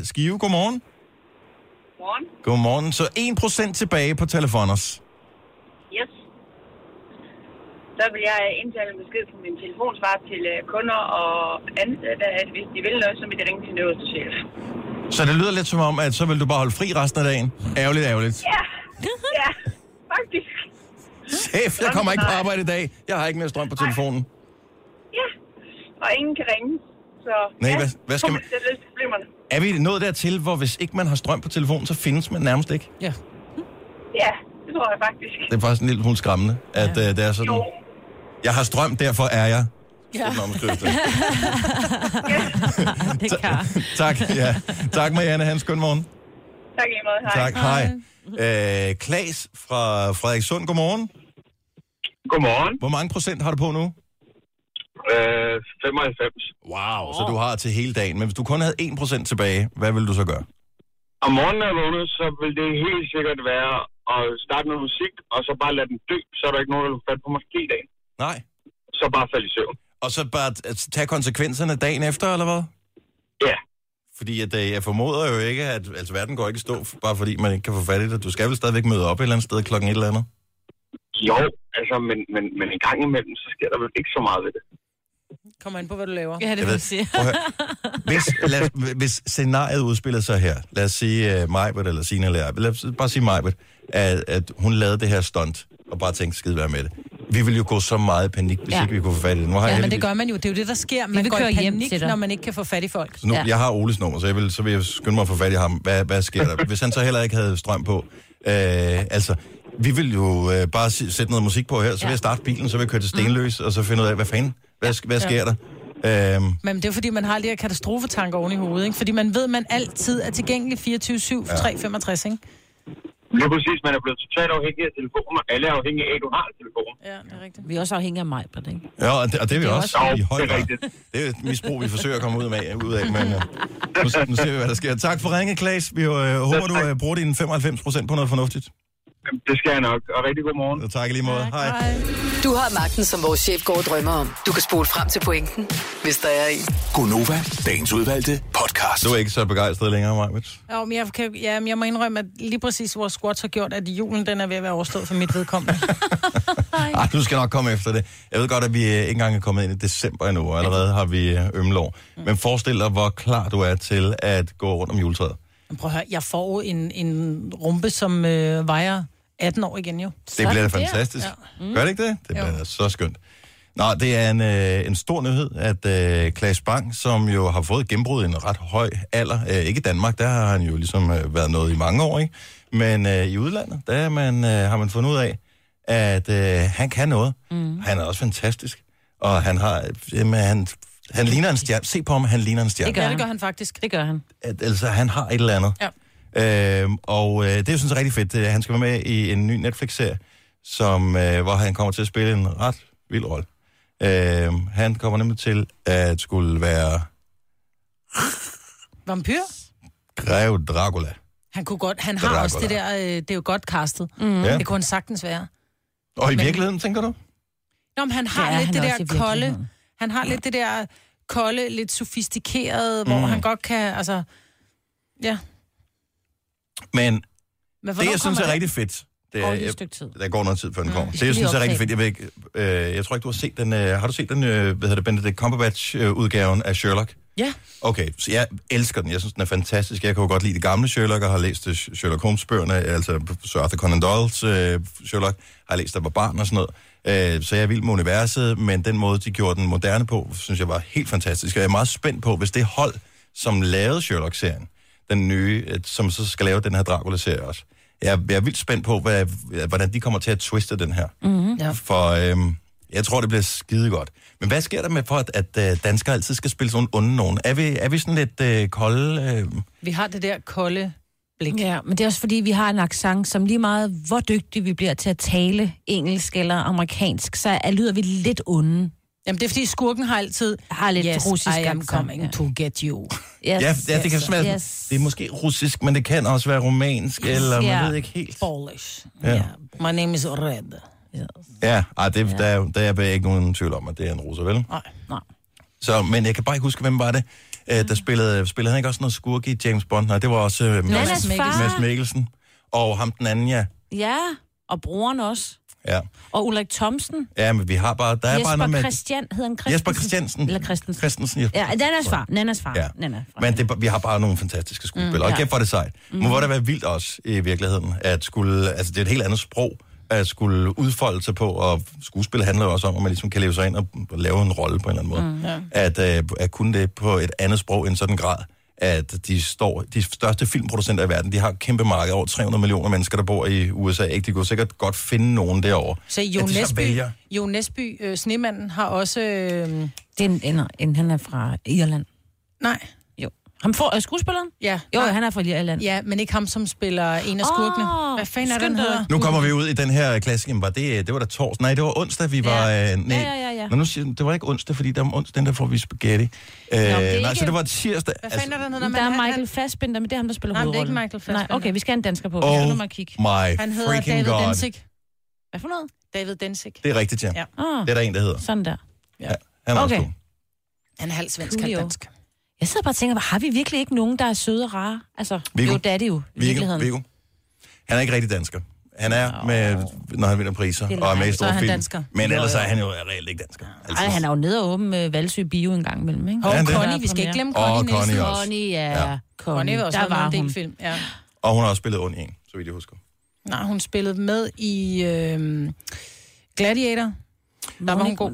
[SPEAKER 1] Skive. Godmorgen.
[SPEAKER 13] Morgen.
[SPEAKER 1] Godmorgen. Så 1% tilbage på telefoners.
[SPEAKER 13] Yes. Så vil jeg indtale en besked på min telefonsvar til øh, kunder og øh, ansatte, at hvis de vil noget, så vil de ringe til den øverste chef.
[SPEAKER 1] Så det lyder lidt som om, at så vil du bare holde fri resten af dagen. Ærgerligt, ærgerligt.
[SPEAKER 13] Ja, ja, faktisk.
[SPEAKER 1] Chef, jeg kommer ikke på arbejde i dag. Jeg har ikke mere strøm på telefonen.
[SPEAKER 13] Ja, og ingen kan ringe. Så
[SPEAKER 1] Nej,
[SPEAKER 13] ja,
[SPEAKER 1] hvad- hvad skal man-
[SPEAKER 13] Det er lidt problemerne.
[SPEAKER 1] Er vi nået dertil, hvor hvis ikke man har strøm på telefonen, så findes man nærmest ikke?
[SPEAKER 2] Ja.
[SPEAKER 13] Ja, det tror jeg faktisk.
[SPEAKER 1] Det er faktisk en lille smule skræmmende, at ja. det er sådan. Jeg har strøm, derfor er jeg.
[SPEAKER 13] Ja.
[SPEAKER 1] Sådan omskrives det.
[SPEAKER 3] det kan.
[SPEAKER 1] [LAUGHS] Tak, ja. Tak Marianne Hans, god morgen.
[SPEAKER 13] Tak lige måde. Hej.
[SPEAKER 1] Tak, hej. Øh, Klaas fra Frederikssund, godmorgen. Godmorgen. Hvor mange procent har du på nu?
[SPEAKER 14] Øh, 95.
[SPEAKER 1] Wow. Så du har til hele dagen. Men hvis du kun havde 1% tilbage, hvad ville du så gøre?
[SPEAKER 14] Om morgenen er jeg vågnet, så vil det helt sikkert være at starte med musik, og så bare lade den dø, så er der ikke nogen, der vil fat på mig hele dagen.
[SPEAKER 1] Nej.
[SPEAKER 14] Så bare falde i søvn.
[SPEAKER 1] Og så bare t- altså, tage konsekvenserne dagen efter, eller hvad?
[SPEAKER 14] Ja.
[SPEAKER 1] Fordi at, øh, jeg formoder jo ikke, at altså, verden går ikke i stå, f- bare fordi man ikke kan få fat i det. Du skal vel stadigvæk møde op et eller andet sted klokken et eller andet.
[SPEAKER 14] Jo, altså, men, men, men en gang imellem, så sker der vel ikke så meget ved det.
[SPEAKER 2] Kommer ind på, hvad du laver. Ja,
[SPEAKER 1] Jeg ved- Prøv at høre. Hvis, lad os, hvis scenariet udspiller sig her, lad os sige uh, Majbert eller Sina eller lad os bare sige Majbert, at, at hun lavede det her stunt, og bare tænkte, skide være med det. Vi ville jo gå så meget i panik, hvis ja.
[SPEAKER 2] Ja.
[SPEAKER 1] ikke vi kunne få fat i det. Nu har jeg
[SPEAKER 2] Ja, men
[SPEAKER 1] heldigvis-
[SPEAKER 2] det gør man jo. Det er jo det, der sker. Man
[SPEAKER 3] vil
[SPEAKER 2] går i
[SPEAKER 3] køre hjem
[SPEAKER 2] panik,
[SPEAKER 3] til dig.
[SPEAKER 2] når man ikke kan få fat i folk.
[SPEAKER 1] Så nu, ja. jeg har Oles nummer, så, jeg vil, så vil jeg skynde mig at få fat i ham. Hvad, hvad sker der? Hvis han så heller ikke havde strøm på. Øh, altså, vi vil jo øh, bare s- sætte noget musik på her, så vil jeg starte bilen, så vil jeg køre til Stenløs, og så finde ud af, hvad fanden, hvad, sk- hvad
[SPEAKER 2] Ja.
[SPEAKER 1] sker der? Øh,
[SPEAKER 2] Men det er jo, fordi, man har de her katastrofetanker oven i hovedet, ikke? Fordi man ved, at man altid er tilgængelig 24-7, 365, ikke?
[SPEAKER 14] Lige præcis, man er blevet totalt afhængig af telefonen, og alle er afhængige af, at du har en telefon.
[SPEAKER 2] Ja, det er rigtigt.
[SPEAKER 3] Vi er også afhængige af mig på det, ikke?
[SPEAKER 1] ja, og det, og det er vi
[SPEAKER 3] Det er
[SPEAKER 1] også
[SPEAKER 3] også-
[SPEAKER 1] i høj
[SPEAKER 3] Det er
[SPEAKER 1] grad. Det er et misbrug, vi forsøger at komme ud af, ud af men øh, nu, s- nu ser vi, hvad der sker. Tak for ringet, Klaas. Vi øh, håber, du øh, bruger dine 95% på noget fornuftigt.
[SPEAKER 14] Det skal jeg nok, og rigtig god morgen.
[SPEAKER 1] Tak i lige måde. Hej. Hej.
[SPEAKER 6] Du har magten, som vores chef går og drømmer om. Du kan spole frem til pointen, hvis der er en.
[SPEAKER 4] Gonova, dagens udvalgte podcast.
[SPEAKER 1] Du er ikke så begejstret længere, Marvitt.
[SPEAKER 2] Jo, men jeg, kan, ja, men jeg må indrømme, at lige præcis vores squats har gjort, at julen den er ved at være overstået for mit vedkommende.
[SPEAKER 1] Ej, Ah, du skal nok komme efter det. Jeg ved godt, at vi øh, ikke engang er kommet ind i december endnu, og allerede har vi øh, ømlår. Men forestil dig, hvor klar du er til at gå rundt om juletræet.
[SPEAKER 2] Men Prøv at høre, jeg får jo en, en rumpe, som øh, vejer 18 år igen jo.
[SPEAKER 1] Det bliver da fantastisk.
[SPEAKER 2] Mm.
[SPEAKER 1] Gør det ikke det? Det bliver da så skønt. Nå, det er en, øh, en stor nyhed, at øh, Claes Bang, som jo har fået gennembrud i en ret høj alder, øh, ikke i Danmark, der har han jo ligesom øh, været noget i mange år, ikke? men øh, i udlandet, der er man, øh, har man fundet ud af, at øh, han kan noget. Mm. Han er også fantastisk, og han har, øh, jamen, han, han ligner en stjerne. Se på ham, han ligner en stjerne
[SPEAKER 2] Det gør, ja, det gør han faktisk.
[SPEAKER 3] Det gør han.
[SPEAKER 1] at altså, han har et eller andet.
[SPEAKER 2] Ja.
[SPEAKER 1] Øhm, og øh, det er jo sådan set rigtig fedt. Øh, Han skal være med i en ny Netflix-serie, som, øh, hvor han kommer til at spille en ret vild rolle. Øhm, han kommer nemlig til at skulle være
[SPEAKER 2] Vampyr?
[SPEAKER 1] Grev Dracula.
[SPEAKER 2] Han kunne godt, han har
[SPEAKER 1] Dracula.
[SPEAKER 2] også det der, øh, det er jo godt castet. Mm.
[SPEAKER 1] Ja.
[SPEAKER 2] Ja. Det kunne han sagtens være.
[SPEAKER 1] Og i
[SPEAKER 2] Men-
[SPEAKER 1] virkeligheden, tænker du?
[SPEAKER 2] Nå, men han
[SPEAKER 3] Det
[SPEAKER 2] har
[SPEAKER 3] er
[SPEAKER 2] lidt
[SPEAKER 3] han
[SPEAKER 2] det
[SPEAKER 3] også i
[SPEAKER 2] der kolde,
[SPEAKER 3] virkeligheden.
[SPEAKER 2] han har lidt det der kolde, lidt sofistikerede, hvor
[SPEAKER 1] Mm.
[SPEAKER 2] han godt kan, altså, ja.
[SPEAKER 1] Men
[SPEAKER 2] Men
[SPEAKER 1] Det, jeg synes er rigtig fedt. Det er,
[SPEAKER 2] Over lige et
[SPEAKER 1] jeg,
[SPEAKER 2] stykke tid. Mm.
[SPEAKER 1] der går noget tid, før den kommer.
[SPEAKER 2] vi
[SPEAKER 1] Det,
[SPEAKER 2] skal
[SPEAKER 1] jeg
[SPEAKER 2] lige
[SPEAKER 1] synes er rigtig fedt.
[SPEAKER 2] optage
[SPEAKER 1] Jeg, ved, ikke, øh, jeg tror ikke, du har set den... Øh, har du set den, øh, hvad hedder det, Benedict Cumberbatch-udgaven af Sherlock?
[SPEAKER 2] Ja.
[SPEAKER 1] Okay, så jeg elsker den. Jeg synes, den er fantastisk. Jeg kan jo godt lide det gamle Sherlock, og har læst øh, Sherlock Holmes-bøgerne, altså Sir Arthur Conan Doyles øh, Sherlock, har læst der var barn og sådan noget. Øh, så jeg er vild med universet, men den måde, de gjorde den moderne på, synes jeg var helt fantastisk. Og jeg er meget spændt på, hvis det hold, som lavede Sherlock-serien, den nye, øh, som så skal lave den her Dracula-serie også. Jeg, er- jeg er vildt spændt på, hvad, hvordan de kommer til at twiste den her.
[SPEAKER 2] Mm-hmm. Ja.
[SPEAKER 1] For øhm, jeg tror, det bliver skide godt. Men hvad sker der med for, at, at øh, danskere altid skal spille sådan nogle onde nogen? Er vi, er vi sådan lidt øh, kolde? Øh,
[SPEAKER 2] Vi har det der kolde blik.
[SPEAKER 3] Ja, men det er også fordi, vi har en accent, som lige meget, hvor dygtige vi bliver til at tale engelsk eller amerikansk, så er- lyder vi lidt onde.
[SPEAKER 2] Jamen, det er fordi skurken har altid... Har
[SPEAKER 3] lidt
[SPEAKER 2] yes,
[SPEAKER 3] russisk
[SPEAKER 2] I am
[SPEAKER 3] accent,
[SPEAKER 2] coming
[SPEAKER 3] ja.
[SPEAKER 2] to get you.
[SPEAKER 1] yes, ja, ja, det kan yes, være, yes. det er måske russisk, men det kan også være romansk, yes, eller man yeah. ved ikke. helt.
[SPEAKER 2] Polish.
[SPEAKER 1] Ja, ja.
[SPEAKER 2] Ja. My name is Red.
[SPEAKER 1] ja ej, det, Der, er- der er ikke nogen tvivl om, at det er en russer, vel?
[SPEAKER 2] Nej, nej.
[SPEAKER 1] Så, men jeg kan bare ikke huske, hvem var det, øh, der spillede, spillede han ikke også noget skurk i James Bond? Nej, det var også øh,
[SPEAKER 3] Nannas
[SPEAKER 1] Mads,
[SPEAKER 3] far.
[SPEAKER 1] Mads Mikkelsen. Og ham den anden, ja.
[SPEAKER 3] Ja, og broren også.
[SPEAKER 1] Ja,
[SPEAKER 3] Og Ulrik Thomsen.
[SPEAKER 1] ja men vi har bare, der er
[SPEAKER 3] Jesper
[SPEAKER 1] bare noget med...
[SPEAKER 3] Christian, hedder han Christian?
[SPEAKER 1] Jesper Christiansen.
[SPEAKER 3] Eller Christensen.
[SPEAKER 1] Christensen Jesper.
[SPEAKER 3] Ja, Nannas far. Nannas far.
[SPEAKER 1] Ja.
[SPEAKER 3] Ja. Nana.
[SPEAKER 1] Men det, vi har bare nogle fantastiske skuespillere.
[SPEAKER 3] Mm,
[SPEAKER 1] Mm, ja.
[SPEAKER 3] ja.
[SPEAKER 1] Og kæft for det sejt. Mm.
[SPEAKER 3] Mhm.
[SPEAKER 1] Må det være vildt også i virkeligheden, at skulle, altså det er et helt andet sprog, at skulle udfolde sig på, og skuespil handler jo også om, at man ligesom kan leve sig ind og og lave en rolle på en eller anden måde. Mm.
[SPEAKER 2] Ja.
[SPEAKER 1] At, øh, at kunne det på et andet sprog i en sådan grad, at de, står, de største filmproducenter i verden, de har et kæmpe marked over 300 millioner mennesker, der bor i USA. Ikke? De kunne sikkert godt finde nogen derovre.
[SPEAKER 2] Så Jo
[SPEAKER 1] at de så
[SPEAKER 2] Nesby,
[SPEAKER 1] vælger.
[SPEAKER 2] jo Nesby øh, Snemanden, har også... Øh...
[SPEAKER 3] Det er en, en, en, han er fra Irland.
[SPEAKER 2] Nej.
[SPEAKER 3] Jo. Ham for, er skuespilleren?
[SPEAKER 2] Ja.
[SPEAKER 3] Jo, han er fra Irland.
[SPEAKER 2] Ja, men ikke ham, som spiller en af skurkene.
[SPEAKER 3] Åh,
[SPEAKER 2] Hvad fanden er
[SPEAKER 3] skynd
[SPEAKER 2] den
[SPEAKER 3] dig.
[SPEAKER 2] hedder?
[SPEAKER 1] Nu kommer vi ud i den her klassiker. Jamen, Var det, det var da torsdag. Nej, det var onsdag, vi var...
[SPEAKER 2] Ja.
[SPEAKER 1] Øh, nej.
[SPEAKER 2] Ja, ja, ja, ja.
[SPEAKER 1] Nå, nu siger, det var ikke onsdag, fordi der om onsdagen, der får vi spaghetti. Øh, nej,
[SPEAKER 3] ikke-
[SPEAKER 1] så det var tirsdag.
[SPEAKER 3] Hvad
[SPEAKER 1] Altså,
[SPEAKER 3] fanden er
[SPEAKER 2] der
[SPEAKER 3] noget, Der er Michael Fassbender, men det er ham, der spiller
[SPEAKER 2] Nej, men det er
[SPEAKER 3] hovedrollen.
[SPEAKER 2] ikke Michael Fassbender.
[SPEAKER 3] Nej, okay, vi skal have en dansker på.
[SPEAKER 1] Oh
[SPEAKER 3] Ja, nu må jeg kigge.
[SPEAKER 1] my Han hedder freaking David God. Densig.
[SPEAKER 3] Hvad for noget?
[SPEAKER 2] David Densik.
[SPEAKER 1] det er rigtigt, ja.
[SPEAKER 2] Ja.
[SPEAKER 1] ja.
[SPEAKER 3] Ah.
[SPEAKER 1] Det er der en, der hedder.
[SPEAKER 3] Sådan der.
[SPEAKER 1] Ja. Han er okay.
[SPEAKER 3] Okay.
[SPEAKER 1] også
[SPEAKER 2] Han er halv svensk,
[SPEAKER 3] Coolio.
[SPEAKER 2] halv dansk.
[SPEAKER 3] Jeg sidder bare og tænker, hvor har vi virkelig ikke nogen, der er søde og rare? Altså,
[SPEAKER 1] Viggo.
[SPEAKER 3] jo, det er det jo, i
[SPEAKER 1] Viggo,
[SPEAKER 3] virkeligheden.
[SPEAKER 1] Viggo. Han er ikke rigtig dansker. Han er, med, når han vinder priser
[SPEAKER 3] Det er
[SPEAKER 1] og er med i
[SPEAKER 3] løgn. Så er
[SPEAKER 1] store
[SPEAKER 3] han
[SPEAKER 1] film.
[SPEAKER 3] dansker.
[SPEAKER 1] Men ellers
[SPEAKER 3] Nå,
[SPEAKER 1] er
[SPEAKER 3] ja.
[SPEAKER 1] han jo reelt ikke dansker.
[SPEAKER 3] Ej, han er jo nede og åben øh, Valsø Bio en gang imellem, ikke?
[SPEAKER 1] Er han Og det? Connie, vi
[SPEAKER 2] skal ikke glemme
[SPEAKER 1] Åh, Connie Connie Nielsen. også.
[SPEAKER 3] Connie, ja.
[SPEAKER 1] Ja.
[SPEAKER 3] ja.
[SPEAKER 2] Connie
[SPEAKER 3] Connie,
[SPEAKER 2] har også
[SPEAKER 3] der
[SPEAKER 2] været med i
[SPEAKER 3] var
[SPEAKER 2] en del
[SPEAKER 3] hun.
[SPEAKER 2] film. Ja.
[SPEAKER 1] Altså, Og hun har også spillet ond i en, så vidt jeg husker.
[SPEAKER 2] Nej, hun spillede med i øh, Gladiator. Der var hun god.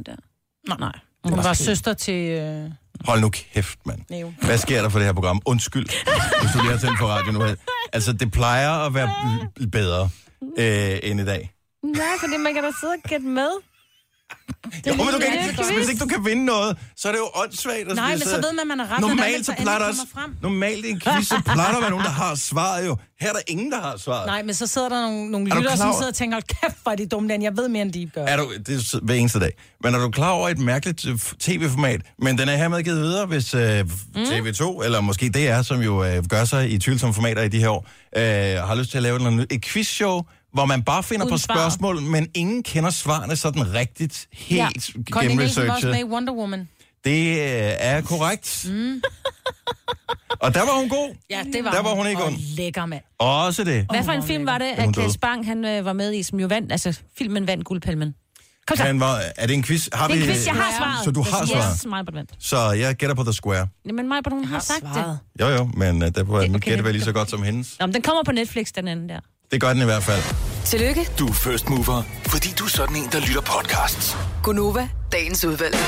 [SPEAKER 2] Nej, nej. Hun var søster til øh,
[SPEAKER 1] Hold nu kæft, mand.
[SPEAKER 2] Neo.
[SPEAKER 1] Hvad sker der for det her program? Undskyld, hvis du lige har tændt på radio nu. Altså, det plejer at være bl- bedre øh, end i dag.
[SPEAKER 3] Nej, fordi man kan da sidde og gætte med.
[SPEAKER 1] Jo, men du kan
[SPEAKER 2] lidt
[SPEAKER 1] ikke,
[SPEAKER 2] quiz.
[SPEAKER 1] hvis ikke du kan vinde noget, så er det jo åndssvagt. at
[SPEAKER 2] Nej,
[SPEAKER 1] vi
[SPEAKER 2] men så
[SPEAKER 1] sidder-
[SPEAKER 2] ved man, man er ret, når der er
[SPEAKER 1] Normalt,
[SPEAKER 2] lidt,
[SPEAKER 1] så
[SPEAKER 2] der
[SPEAKER 1] plejer der
[SPEAKER 2] andet
[SPEAKER 1] også,
[SPEAKER 2] kommer frem.
[SPEAKER 1] normalt i en quiz, så plejer der at være nogen, der har svaret jo. Her er der ingen, der har svaret.
[SPEAKER 2] Nej, men så sidder der nogle, nogle
[SPEAKER 1] Er du klar
[SPEAKER 2] lyttere, som
[SPEAKER 1] over-
[SPEAKER 2] sidder og tænker, "Hold kæft, hvor er de dumme, Dan. Jeg ved mere, end de gør.
[SPEAKER 1] Er du, det er s- hver eneste dag. Men er du klar over et mærkeligt øh, f- tv-format? Men den er hermed givet videre, hvis øh, TV2, eller måske DR, som jo øh, gør sig i tvivlsomme formater i de her år, øh, har lyst til at lave noget, nyt. et quizshow, hvor man bare finder
[SPEAKER 2] Uden
[SPEAKER 1] på
[SPEAKER 2] svar.
[SPEAKER 1] spørgsmål, men ingen kender svarene sådan rigtigt, helt ja.
[SPEAKER 2] Connie Nielsen var også med i
[SPEAKER 1] gennemresearchet.
[SPEAKER 2] Wonder Woman.
[SPEAKER 1] Det øh, er korrekt. Mm. [LAUGHS] Og der var hun god.
[SPEAKER 2] Ja, det var
[SPEAKER 1] Der var hun ikke
[SPEAKER 2] Og
[SPEAKER 1] ond.
[SPEAKER 2] lækker, mand.
[SPEAKER 1] Også det.
[SPEAKER 3] Hvad for en film var det,
[SPEAKER 1] er hun
[SPEAKER 3] at Klaas
[SPEAKER 1] død.
[SPEAKER 3] Bang han, øh, var med i, som jo vandt, altså filmen vandt guldpalmen? Kom så.
[SPEAKER 1] Han var, er det en quiz? Har
[SPEAKER 3] det er en
[SPEAKER 1] vi,
[SPEAKER 3] quiz, jeg har svaret.
[SPEAKER 1] Så du har
[SPEAKER 3] yes,
[SPEAKER 1] svaret.
[SPEAKER 3] Yes, Majbert vandt.
[SPEAKER 1] Så jeg gætter på The Square.
[SPEAKER 3] Jamen, Majbert, hun har, sagt svaret. det.
[SPEAKER 1] Jo, jo, men uh, der var mit
[SPEAKER 3] okay,
[SPEAKER 1] gæt
[SPEAKER 3] det-
[SPEAKER 1] vel lige så godt som hendes.
[SPEAKER 3] Nå, men den kommer på Netflix, den anden der.
[SPEAKER 1] Det gør den i hvert fald.
[SPEAKER 6] Tillykke,
[SPEAKER 4] Du er first mover, fordi du er sådan en, der lytter podcasts.
[SPEAKER 6] Gunova, dagens udvalgte.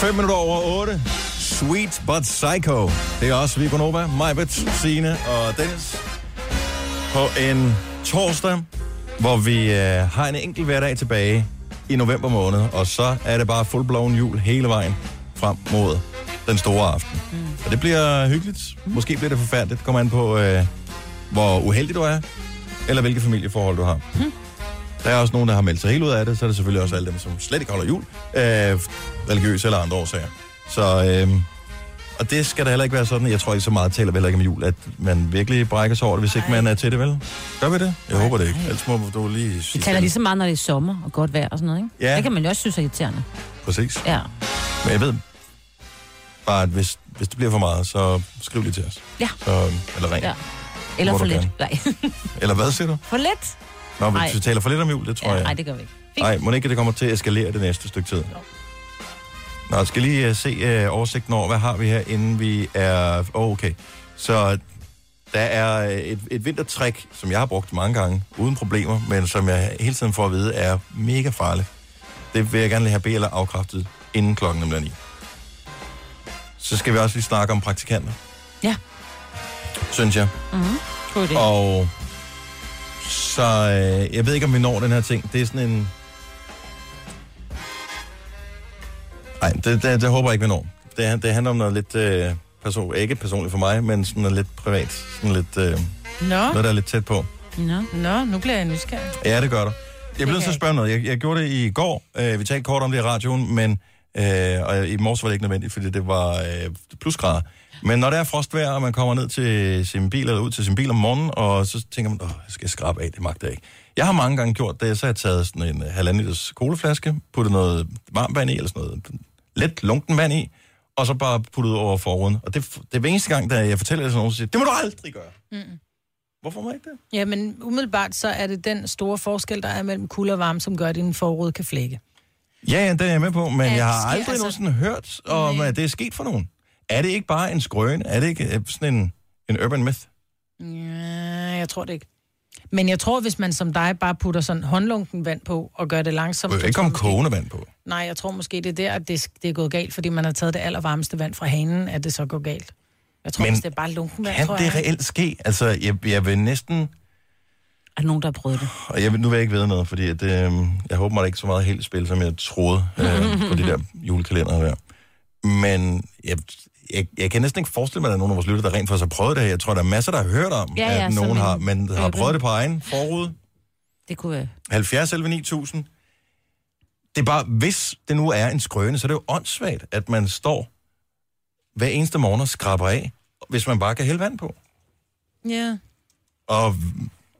[SPEAKER 1] Fem minutter over 8. Sweet But Psycho. Det er også vi på Nova. Majbet, Signe og Dennis. På en torsdag, hvor vi øh, har en enkelt hverdag tilbage i november måned. Og så er det bare fullblown jul hele vejen frem mod den store aften. Mm. Og det bliver hyggeligt. Måske bliver det forfærdeligt. Kommer an på, øh, hvor uheldig du er, eller hvilke familieforhold du har.
[SPEAKER 3] Hmm.
[SPEAKER 1] Mm. Der er også nogen, der har meldt sig helt ud af det. Så er det selvfølgelig også alle dem, som slet ikke holder jul. Øh, religiøse eller andre årsager. Så, øh, og det skal da heller ikke være sådan. Jeg tror ikke så meget taler vi heller ikke om jul, at man virkelig brækker sig over det, hvis ikke man er til det, vel? Gør vi det? Jeg håber det ikke. Ellers må du lige
[SPEAKER 3] Vi
[SPEAKER 1] sige
[SPEAKER 3] taler lige så meget, når det er sommer og godt vejr og sådan noget, ikke?
[SPEAKER 1] Ja.
[SPEAKER 3] Det kan man jo også synes er irriterende.
[SPEAKER 1] Præcis.
[SPEAKER 3] Ja.
[SPEAKER 1] Men jeg ved, Bare, at hvis, hvis det bliver for meget, så skriv lige til os.
[SPEAKER 3] Ja.
[SPEAKER 1] Så, eller ring.
[SPEAKER 3] Ja.
[SPEAKER 1] Ja.
[SPEAKER 3] Eller
[SPEAKER 1] Må
[SPEAKER 3] for
[SPEAKER 1] du
[SPEAKER 3] lidt.
[SPEAKER 1] gerne.
[SPEAKER 3] Nej. [LAUGHS]
[SPEAKER 1] Eller hvad siger du?
[SPEAKER 3] for lidt?
[SPEAKER 1] Nå, hvis
[SPEAKER 3] Ej.
[SPEAKER 1] vi taler for lidt om jul, det tror
[SPEAKER 3] Ja,
[SPEAKER 1] jeg.
[SPEAKER 3] nej, det gør vi ikke. Fint.
[SPEAKER 1] Nej, må ikke, det kommer til at eskalere det næste stykke tid. Nå, jeg skal lige uh, se uh, oversigten over, hvad har vi her, inden vi er... Oh, okay, så der er øh, et, et vintertræk, som jeg har brugt mange gange, uden problemer, men som jeg hele tiden får at vide, er mega farligt. Det vil jeg gerne lige have B eller afkræftet, inden klokken nemlig er ni. Så skal vi også lige snakke om praktikanter.
[SPEAKER 3] Ja.
[SPEAKER 1] Synes jeg.
[SPEAKER 3] Mm-hmm. God idé.
[SPEAKER 1] Og så, øh, jeg ved ikke, om vi når den her ting. Det er sådan en... Nej, det, det, det håber jeg ikke, vi når. Det, han- det handler om noget lidt... Øh, person, ikke personligt for mig, men sådan noget lidt privat. Sådan lidt... Øh,
[SPEAKER 2] Nå,
[SPEAKER 1] noget, der er lidt tæt på.
[SPEAKER 3] Nå.
[SPEAKER 2] Nå nu bliver jeg nysgerrig.
[SPEAKER 1] Ja, det gør du. Jeg blev så spørge om noget. Jeg, jeg gjorde det i går. Øh, vi talte kort om det i radioen, men øh, og i morges var det ikke nødvendigt, fordi det var øh, plusgrader. Men når der er frostvejr, og man kommer ned til sin bil, eller ud til sin bil om morgenen, og så tænker man, åh, jeg skal skrabe af, det magter jeg ikke. Jeg har mange gange gjort det, så har jeg taget sådan en øh, halvanden liters colaflaske, puttet noget varmt vand i, eller sådan noget let lunken vand i, og så bare puttet over forruden. Og det, det er hver eneste gang, da jeg fortæller det til nogen, så siger jeg, det må du aldrig gøre.
[SPEAKER 2] Mm.
[SPEAKER 1] Hvorfor må jeg ikke det?
[SPEAKER 2] Ja, men umiddelbart så er det den store forskel, der er mellem kulde og varme, som gør, at din forråd kan flække.
[SPEAKER 1] Ja, ja, den er jeg med på, men
[SPEAKER 2] Ja,
[SPEAKER 1] ja,
[SPEAKER 2] det
[SPEAKER 1] jeg har
[SPEAKER 2] sker
[SPEAKER 1] aldrig
[SPEAKER 2] altså.
[SPEAKER 1] altså... nogensinde hørt om, at det er sket for nogen. Er det ikke bare en skrøne? Er det ikke øh, sådan en, en urban myth?
[SPEAKER 2] Ja, jeg tror det ikke. Men jeg tror, hvis man som dig bare putter sådan håndlunken vand på og gør det langsomt...
[SPEAKER 1] Der er
[SPEAKER 2] så
[SPEAKER 1] ikke
[SPEAKER 2] tror
[SPEAKER 1] komme
[SPEAKER 2] jeg måske-
[SPEAKER 1] kogende vand på.
[SPEAKER 2] Nej, jeg tror måske, det er der, at det, det er gået galt, fordi man har taget det allervarmeste vand fra hanen, at det så går galt. Jeg tror,
[SPEAKER 1] Men
[SPEAKER 2] Men det er bare lunken vand,
[SPEAKER 1] Kan
[SPEAKER 2] tror
[SPEAKER 1] det
[SPEAKER 2] jeg.
[SPEAKER 1] reelt ske? Altså, jeg, jeg vil næsten...
[SPEAKER 3] Er der nogen, der har prøvet det?
[SPEAKER 1] Og jeg, vil- nu vil jeg ikke vide noget, fordi at, øh, jeg håber, at der ikke er så meget helt spil, som jeg troede
[SPEAKER 2] [LAUGHS]
[SPEAKER 1] øh, på de der julekalender der. Men jeg, jeg, jeg kan næsten ikke forestille mig, at der er nogen af vores lytter, der rent faktisk har prøvet det her. Jeg tror, der er masser, der har hørt om,
[SPEAKER 3] Ja, ja,
[SPEAKER 1] at
[SPEAKER 3] som
[SPEAKER 1] nogen
[SPEAKER 3] en
[SPEAKER 1] har, men har
[SPEAKER 3] urban-
[SPEAKER 1] prøvet det på egen forrude.
[SPEAKER 3] Det kunne være.
[SPEAKER 1] 70 11 9000. Det er bare, hvis det nu er en skrøne, så er det jo åndssvagt, at man står hver eneste morgen og skraber af, hvis man bare kan hælde vand på.
[SPEAKER 2] Ja.
[SPEAKER 1] Og,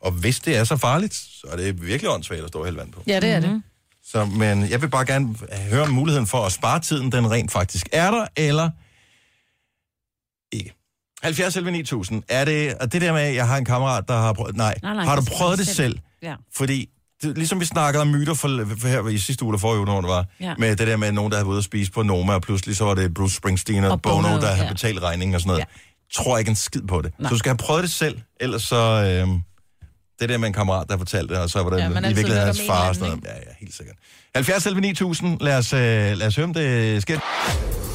[SPEAKER 1] og hvis det er så farligt, så er det virkelig åndssvagt at stå og hælde vand på.
[SPEAKER 2] ja, det er
[SPEAKER 3] Mhm.
[SPEAKER 2] det.
[SPEAKER 1] Så, men jeg vil bare gerne høre om muligheden for at spare tiden, den rent faktisk er der, eller ikke. 70 11 9000. Er det, og det der med, at jeg har en kammerat, der har prøvet... Nej, nej, nej har du
[SPEAKER 3] skal
[SPEAKER 1] prøvet
[SPEAKER 3] du
[SPEAKER 1] det selv?
[SPEAKER 3] Ja.
[SPEAKER 1] Fordi, det, ligesom vi snakkede om myter for, for her i sidste uge, eller forrige uge, når det var,
[SPEAKER 3] Ja.
[SPEAKER 1] ja. med det der med nogen, der havde været ude at spise på Noma, og pludselig så var det Bruce Springsteen og,
[SPEAKER 3] Og
[SPEAKER 1] og
[SPEAKER 3] Bono,
[SPEAKER 1] Bono, der havde
[SPEAKER 3] ja.
[SPEAKER 1] betalt regningen og sådan noget. Ja. Tror ikke en skid på det.
[SPEAKER 2] Nej.
[SPEAKER 1] Nej. Så du skal have prøvet det selv, ellers så... Øh, det der med en kammerat, der fortalte det, og så var det
[SPEAKER 2] Ja,
[SPEAKER 1] ja,
[SPEAKER 2] man har
[SPEAKER 1] i
[SPEAKER 2] altid hørt
[SPEAKER 1] virkeligheden
[SPEAKER 2] om
[SPEAKER 1] hans
[SPEAKER 2] en
[SPEAKER 1] far
[SPEAKER 2] eller
[SPEAKER 1] og sådan noget. Ja, ja, helt sikkert. 70 11 9000. Lad os, øh, lad os høre, om det sker.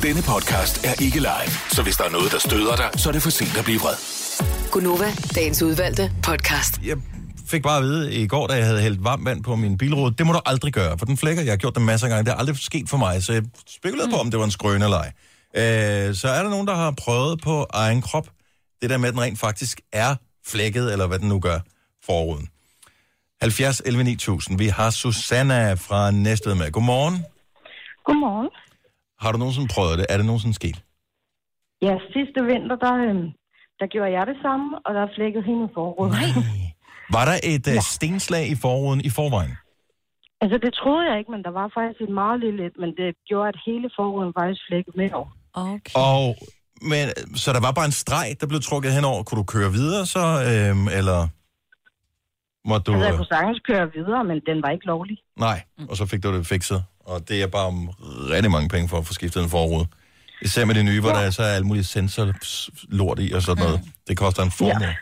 [SPEAKER 4] Denne podcast er ikke live, så hvis der er noget, der støder dig, så er det for sent at blive vred.
[SPEAKER 6] Gunova, dagens udvalgte podcast.
[SPEAKER 1] Jeg fik bare at vide i går, da jeg havde hældt varmt vand på min bilrude, det må du aldrig gøre, for den flækker. Jeg har gjort det masser af gange. Det er aldrig sket for mig, så jeg spekulerede mm. på, om det var en skrøne eller ej. Øh, så er der nogen, der har prøvet på egen krop, det der med, at den rent faktisk er flækket, eller hvad den nu gør, forruden. 70 11 9000. Vi har Susanna fra Næstved med. Godmorgen.
[SPEAKER 15] Godmorgen.
[SPEAKER 1] Har du nogensinde prøvet det? Er det nogensinde sket?
[SPEAKER 15] Ja, sidste vinter, der, øhm, der gjorde jeg det samme, og der flækkede hele min forråd. Nej.
[SPEAKER 1] Var der et uh, stenslag i forruden i forvejen?
[SPEAKER 15] altså, det troede jeg ikke, men der var faktisk et meget lille et, men det gjorde, at hele forruden faktisk flækkede med over.
[SPEAKER 3] Okay.
[SPEAKER 1] Og, men, så der var bare en streg, der blev trukket henover. Kunne du køre videre så, øhm, eller måtte du... øh?
[SPEAKER 15] Altså, jeg kunne sagtens køre videre, men den var ikke lovlig.
[SPEAKER 1] Nej, og så fik du det fikset. Og det er bare om rigtig mange penge for at få skiftet en forrude. Især med det nye, hvor der så er alle mulige sensorlort i og sådan noget. Det koster en formue. Ja.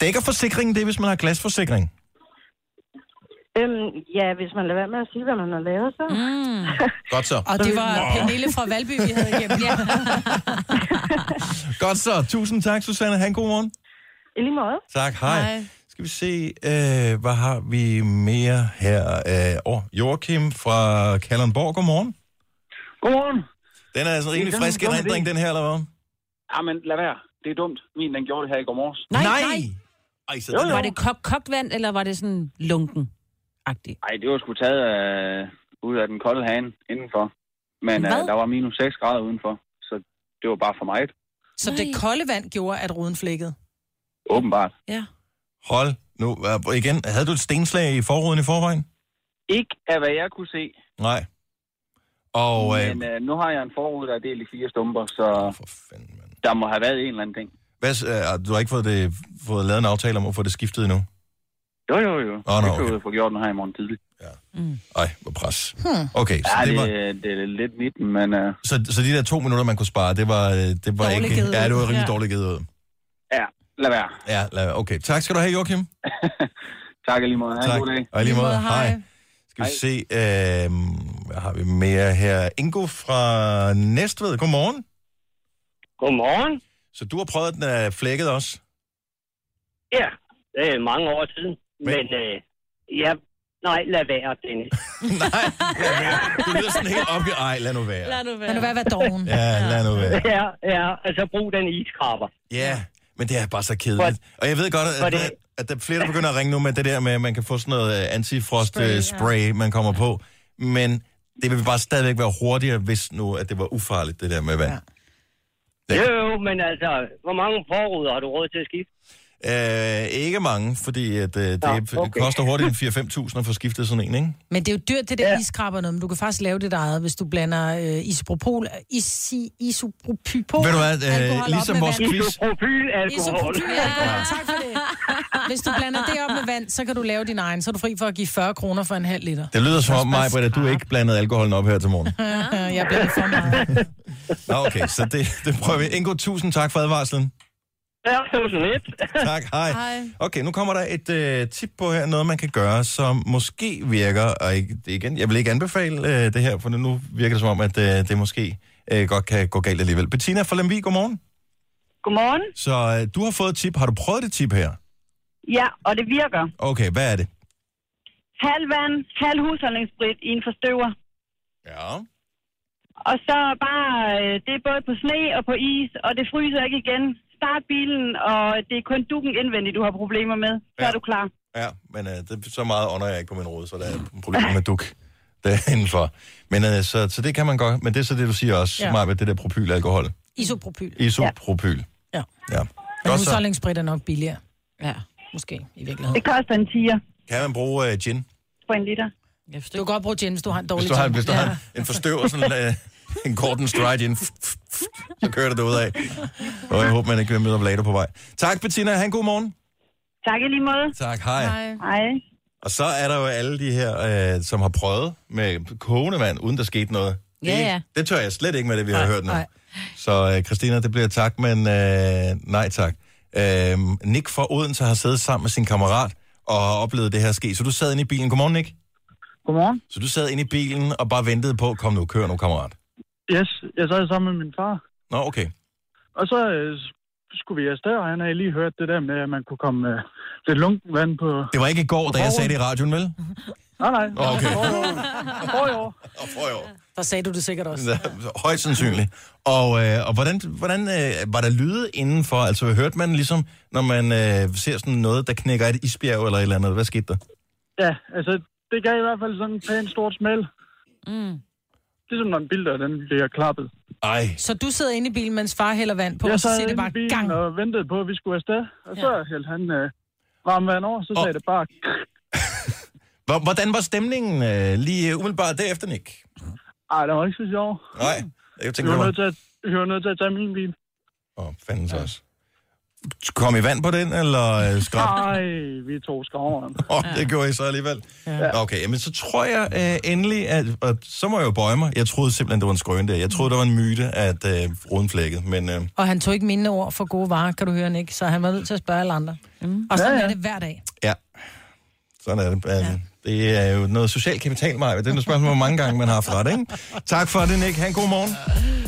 [SPEAKER 1] Dækker forsikringen det, hvis man har glasforsikring?
[SPEAKER 15] Øhm, ja, hvis man lader være med at sige, hvad man har lavet, så...
[SPEAKER 3] Mm.
[SPEAKER 1] Godt så.
[SPEAKER 2] Og det var
[SPEAKER 1] Wow.
[SPEAKER 2] Pernille fra Valby, vi havde igennem. ja.
[SPEAKER 1] Godt så. Tusind tak, Susanne. Han god morgen.
[SPEAKER 15] I lige måde.
[SPEAKER 1] Tak, hej.
[SPEAKER 15] Hej.
[SPEAKER 1] hej. Skal vi se, øh, hvad har vi mere her? Øh, oh, Joachim fra Kalundborg, godmorgen.
[SPEAKER 16] Godmorgen.
[SPEAKER 1] Den er altså
[SPEAKER 16] Det er
[SPEAKER 1] rimelig
[SPEAKER 16] sådan en
[SPEAKER 1] frisk
[SPEAKER 16] dum idé.
[SPEAKER 1] erindring, den her, eller hvad?
[SPEAKER 16] Jamen, lad være. Det er dumt. Min, den gjorde det her i går morges.
[SPEAKER 3] Nej, nej. nej.
[SPEAKER 1] Ej, så
[SPEAKER 16] Jo, jo.
[SPEAKER 3] Var det kok- kogt vand, eller var det sådan lunken?
[SPEAKER 16] Nej, det var sgu taget øh, ud af den kolde hane indenfor. Men øh,
[SPEAKER 2] Hvad?
[SPEAKER 16] der var minus 6 grader udenfor, så det var bare for mig.
[SPEAKER 2] Så det kolde vand gjorde, at ruden flækkede.
[SPEAKER 16] Åbenbart.
[SPEAKER 2] Ja.
[SPEAKER 1] Hold nu, øh, igen, havde du et stenslag i forruden i forvejen?
[SPEAKER 16] Ikke af hvad jeg kunne se.
[SPEAKER 1] Nej. Og øh,
[SPEAKER 16] Men øh, nu har jeg en forud, der er delt i fire stumper, så der må have været en eller anden ting.
[SPEAKER 1] hvad, s- øh, du har ikke fået, det, fået lavet en aftale om at få det skiftet endnu?
[SPEAKER 16] Jo, jo, jo.
[SPEAKER 1] Åh, nå,
[SPEAKER 16] det kunne jeg få gjort den her i morgen tidlig.
[SPEAKER 1] Ej, hvor pres. Okay, så
[SPEAKER 16] Hmm. ja,
[SPEAKER 1] det
[SPEAKER 16] det,
[SPEAKER 1] var-
[SPEAKER 16] det er lidt nitten, men uh,
[SPEAKER 1] Så, så de der to minutter, man kunne spare, det var, øh, det var
[SPEAKER 16] Dårligt
[SPEAKER 1] ikke...
[SPEAKER 16] givet
[SPEAKER 1] Ja, det var
[SPEAKER 16] ud.
[SPEAKER 1] rigtig
[SPEAKER 16] Ja.
[SPEAKER 1] dårligt givet ud.
[SPEAKER 16] ja, lad være.
[SPEAKER 1] Ja, lad, okay. Tak skal du have, Joachim.
[SPEAKER 16] tak og lige måde. Ha' en
[SPEAKER 1] Tak.
[SPEAKER 16] god dag.
[SPEAKER 1] Og i lige måde, hej. Skal vi se, øh, hvad har vi mere her? Ingo fra Næstved, godmorgen.
[SPEAKER 17] Godmorgen.
[SPEAKER 1] Så du har prøvet, at den er flækket også? [LAUGHS]
[SPEAKER 17] Ja, det er mange år siden. Men, øh, ja, nej, lad være, Dennis.
[SPEAKER 18] [LAUGHS]
[SPEAKER 1] Du lyder sådan helt op i ej, lad nu være.
[SPEAKER 2] Lad nu være. Lad nu være, være doven.
[SPEAKER 1] Ja, lad nu være.
[SPEAKER 17] ja, ja, altså brug den iskraber.
[SPEAKER 1] Ja, men det er bare så kedeligt. Og jeg ved godt, at,
[SPEAKER 17] Fordi-
[SPEAKER 1] at, at der er flere, der begynder at ringe nu med det der med, at man kan få sådan noget øh,
[SPEAKER 17] Spray, ja.
[SPEAKER 1] antifrost-spray, spray, man kommer på. Men det vil bare stadigvæk være hurtigere, hvis nu, at det var ufarligt, det der med vand.
[SPEAKER 17] Jo, jo, men altså, hvor mange forruder har du råd til at skifte?
[SPEAKER 1] Øh, ikke mange, fordi at, øh, det
[SPEAKER 17] Nå,
[SPEAKER 1] okay.
[SPEAKER 17] okay.
[SPEAKER 1] koster hurtigt en 4-5.000 at få skiftet sådan en, ikke?
[SPEAKER 2] Men det er jo dyrt, det der ja. iskrabber noget, men du kan faktisk lave det eget, hvis du blander øh, isopropol, isi, isopropypol,
[SPEAKER 1] Ved du hvad, øh,
[SPEAKER 2] alkohol op
[SPEAKER 1] ligesom
[SPEAKER 2] med
[SPEAKER 1] vores
[SPEAKER 2] vand.
[SPEAKER 1] quiz-
[SPEAKER 17] Isopropylalkohol.
[SPEAKER 2] Isopropylalkohol, tak for det. Hvis du blander det op med vand, så kan du lave din egen, så er du fri for at give 40 kroner for en halv liter.
[SPEAKER 1] Det lyder som om, mig, at du ikke blandede alkoholen op her til morgen.
[SPEAKER 2] [LAUGHS] Jeg bliver for meget.
[SPEAKER 1] Nå, okay, så det, det prøver vi. Ingo, tusind tak for advarslen.
[SPEAKER 17] Ja, tusind lidt.
[SPEAKER 1] Tak, hej.
[SPEAKER 17] Hej.
[SPEAKER 1] Okay, nu kommer der et øh, tip på her, noget man kan gøre, som måske virker, og ikke, det er igen, jeg vil ikke anbefale øh, det her, for nu virker det som om, at øh, det måske øh, godt kan gå galt alligevel. Bettina fra Lemvig, godmorgen.
[SPEAKER 18] Godmorgen.
[SPEAKER 1] Så øh, du har fået et tip. Har du prøvet det tip her?
[SPEAKER 18] Ja, og det virker.
[SPEAKER 1] Okay, hvad er det?
[SPEAKER 18] Halv vand, halv husholdningssprit i en forstøver.
[SPEAKER 1] Ja.
[SPEAKER 18] Og så bare, øh, det er både på sne og på is, og det fryser ikke igen. Start bilen, og det er kun dukken indvendigt, du har problemer med. Så ja. er du klar.
[SPEAKER 1] Ja, men øh, det, så meget ånder jeg ikke på min rode, så der er problemer med duk [LAUGHS] indenfor. Men øh, så, så det kan man godt, men det er så det, du siger også,
[SPEAKER 2] Ja.
[SPEAKER 1] ja. Maja, det der propylalkohol.
[SPEAKER 2] Isopropyl.
[SPEAKER 1] Isopropyl.
[SPEAKER 2] Ja.
[SPEAKER 1] ja.
[SPEAKER 2] Men
[SPEAKER 1] Godt så.
[SPEAKER 2] husholdningssprit er nok billigere. Ja, måske i virkeligheden.
[SPEAKER 18] Det koster en tiger
[SPEAKER 1] Kan man bruge øh, gin?
[SPEAKER 18] på en liter.
[SPEAKER 2] Du kan godt bruge gin, hvis du har en dårlig
[SPEAKER 1] Hvis du har,
[SPEAKER 2] tand.
[SPEAKER 1] hvis du har en forstøver, sådan øh, en Gordon Stride gin, så kører det ud af. Og jeg håber, man ikke vil møde later på vej. Tak, Bettina. Ha' en god morgen.
[SPEAKER 18] Tak i lige måde.
[SPEAKER 1] Tak, hej.
[SPEAKER 18] Hej.
[SPEAKER 1] Og så er der jo alle de her, øh, som har prøvet med kogende vand, uden der skete noget.
[SPEAKER 3] Ja, ja.
[SPEAKER 1] Det tør jeg slet ikke med det, vi har hørt nu.
[SPEAKER 3] nej.
[SPEAKER 1] Så øh, Christina, det bliver tak, men øh, nej tak. Øh, Nick fra Odense har siddet sammen med sin kammerat og har oplevet det her ske. Så du sad inde i bilen. Godmorgen, Nick.
[SPEAKER 19] Godmorgen.
[SPEAKER 1] Så du sad inde i bilen og bare ventede på, kom nu, kør nu, kammerat.
[SPEAKER 19] Yes, jeg sad sammen med min far.
[SPEAKER 1] Nå, okay.
[SPEAKER 19] Og så øh, skulle vi afsted, og han havde lige hørt det der med, at man kunne komme øh, lidt lunken vand på...
[SPEAKER 1] Det var ikke i går,
[SPEAKER 19] på
[SPEAKER 1] da jeg
[SPEAKER 19] borgen.
[SPEAKER 1] sagde det i radioen, vel?
[SPEAKER 3] Mhm.
[SPEAKER 19] Nej, nej.
[SPEAKER 1] Nå, okay.
[SPEAKER 19] For i år.
[SPEAKER 1] For i år.
[SPEAKER 2] Der sagde du det sikkert også.
[SPEAKER 1] Højst sandsynligt. Og, øh, og hvordan, hvordan øh, var der lyde indenfor? Altså, hørte man ligesom, når man øh, ser sådan noget, der knækker et isbjerg eller et eller andet? Hvad skete der?
[SPEAKER 19] Ja, altså, det gav i hvert fald sådan en pæn stort smæld. Mm. Ligesom når en bilder, den bliver klappet.
[SPEAKER 1] Ej.
[SPEAKER 2] Så du sidder inde i bilen, mens far hælder vand på,
[SPEAKER 19] jeg
[SPEAKER 2] og så
[SPEAKER 19] sad
[SPEAKER 2] siger det
[SPEAKER 19] inde
[SPEAKER 2] bare
[SPEAKER 19] i bilen
[SPEAKER 2] gang.
[SPEAKER 19] og ventede på, at vi skulle afsted. Og så hældte han øh, varmvand over, så sagde det bare...
[SPEAKER 1] Hvor- Hvordan var stemningen øh, lige øh, umiddelbart derefter, Nick?
[SPEAKER 19] Ej, det var ikke så sjovt.
[SPEAKER 1] Nej, jeg
[SPEAKER 19] Vi
[SPEAKER 1] tænkte, det
[SPEAKER 19] var
[SPEAKER 1] var
[SPEAKER 19] nødt til at, vi var nødt til at tage min bil.
[SPEAKER 1] fanden så også. Kom i vand på den, eller øh, skrab?
[SPEAKER 19] Nej, vi tog skoveren.
[SPEAKER 1] Oh, det gjorde I så alligevel. Ja. Okay, men så tror jeg øh, endelig, at, og så må jeg jo bøje mig. Jeg troede simpelthen, det var en skrøn der. Jeg troede, det var en myte, at øh, ruden flækkede, men... Øh,
[SPEAKER 2] Og han tog ikke mine ord for gode varer, kan du høre, Nick? Så han var nødt til at spørge alle andre. Mm. Og sådan
[SPEAKER 1] Ja,
[SPEAKER 2] ja,
[SPEAKER 1] ja.
[SPEAKER 2] ja. er det hver dag.
[SPEAKER 1] Ja, sådan er det. Ja. Det er jo noget social kapital, Maja. Det er et spørgsmål, hvor mange gange man har haft ret, ikke? Tak for det, Nick. Ha' en god morgen.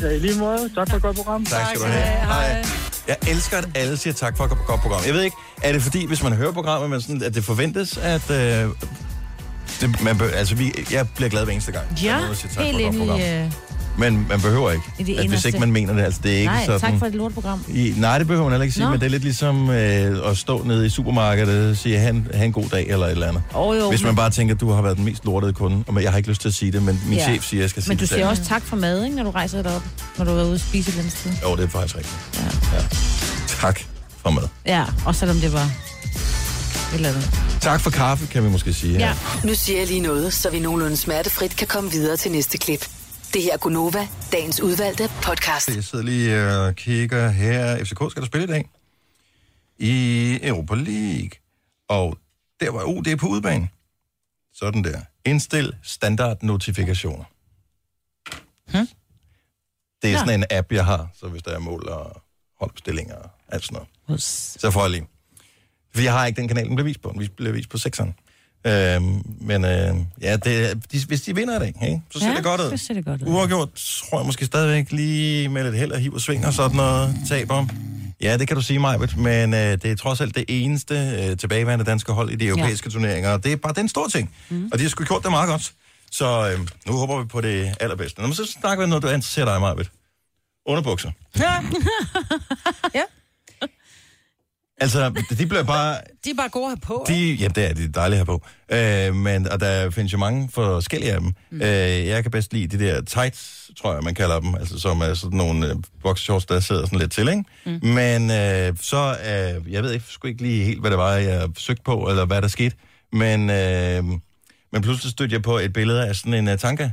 [SPEAKER 19] Ja, i lige måde. Tak for et godt program.
[SPEAKER 1] Tak skal du have. Hej. Jeg elsker, at alle siger tak for et godt program. Jeg ved ikke, er det fordi, hvis man hører programmet, man sådan, at det forventes, at... Øh, det, man be, altså, vi, jeg bliver glad hver eneste gang. der er
[SPEAKER 3] Ja,
[SPEAKER 1] nogen, der siger tak for
[SPEAKER 3] helt
[SPEAKER 1] et godt
[SPEAKER 3] ind i...
[SPEAKER 1] program.
[SPEAKER 3] Øh,
[SPEAKER 1] Men man behøver ikke,
[SPEAKER 3] I det
[SPEAKER 1] at, hvis
[SPEAKER 3] inderste.
[SPEAKER 1] ikke man mener det. Altså, det er ikke
[SPEAKER 3] nej,
[SPEAKER 1] sådan...
[SPEAKER 3] tak for et lortprogram.
[SPEAKER 1] I, nej, det behøver man heller ikke sige,
[SPEAKER 3] Nå.
[SPEAKER 1] men det er lidt ligesom øh, at stå nede i supermarkedet og sige, han ha en god dag eller et eller andet.
[SPEAKER 3] Åh, jo,
[SPEAKER 1] Hvis man
[SPEAKER 3] men-
[SPEAKER 1] bare tænker, at du har været den mest lortede kunde, og jeg har ikke lyst til at sige det, men min
[SPEAKER 3] Ja.
[SPEAKER 1] chef siger, at jeg skal sige
[SPEAKER 3] Men du
[SPEAKER 1] det.
[SPEAKER 3] siger
[SPEAKER 1] selv.
[SPEAKER 3] også tak for mad, ikke, når du rejser dig op, når du er ude at spise et eller andet sted.
[SPEAKER 1] Jo, det er faktisk rigtigt. Ja. Ja. Tak for mad.
[SPEAKER 3] Ja, og selvom det var...
[SPEAKER 6] Et eller andet.
[SPEAKER 1] Tak for kaffe, kan vi måske sige. her.
[SPEAKER 6] Nu siger jeg lige noget, så vi nogenlunde smertefrit kan komme videre til næste klip. Det her er Gunova, dagens udvalgte podcast.
[SPEAKER 1] Jeg sidder lige øh, og kigger her. FCK skal der spille i dag i Europa League. Og der var, oh, det er på udbanen. Sådan der. Indstil standard notifikationer.
[SPEAKER 2] Hmm?
[SPEAKER 1] Det er
[SPEAKER 2] Ja.
[SPEAKER 1] sådan en app, jeg har, så hvis der er mål og holdopstillinger og alt sådan
[SPEAKER 2] noget.
[SPEAKER 1] Så får jeg lige. For jeg har ikke den kanal, den bliver vist på. Den bliver vist på sekseren. Øhm, men øh, ja, det, er- de, hvis de vinder i dag, ikke? så ser
[SPEAKER 3] Ja,
[SPEAKER 1] det godt ud.
[SPEAKER 3] så ser det godt ud.
[SPEAKER 1] Uafgjort tror jeg måske stadigvæk lige med lidt held og hiv og sving og sådan noget taber. Ja, det kan du sige, Majbet, men øh, det er trods alt det eneste øh, tilbageværende danske hold i de europæiske ja. turneringer, og det er bare den store ting.
[SPEAKER 3] Mhm.
[SPEAKER 1] Mm. Og de har sgu gjort det meget godt. Så øh, nu håber vi på det allerbedste. Nå, men så snakker vi om noget, du interesserer dig, Majbet. Underbukser.
[SPEAKER 2] Ja.
[SPEAKER 1] Altså, de bliver bare...
[SPEAKER 2] De er bare gode at have på.
[SPEAKER 1] De, ja, det er de dejlige her på. Øh, men, og der findes jo mange forskellige af dem. Mm. Øh, jeg kan bedst lide de der tights, tror jeg, man kalder dem. Altså, som er sådan nogle øh, boxershorts, der sidder sådan lidt til, ikke? Mm. Men øh, så, øh, jeg ved ikke, sgu ikke lige helt, hvad det var, jeg søgte på, eller hvad der skete. Men, øh, men pludselig stødte jeg på et billede af sådan en uh, tanka.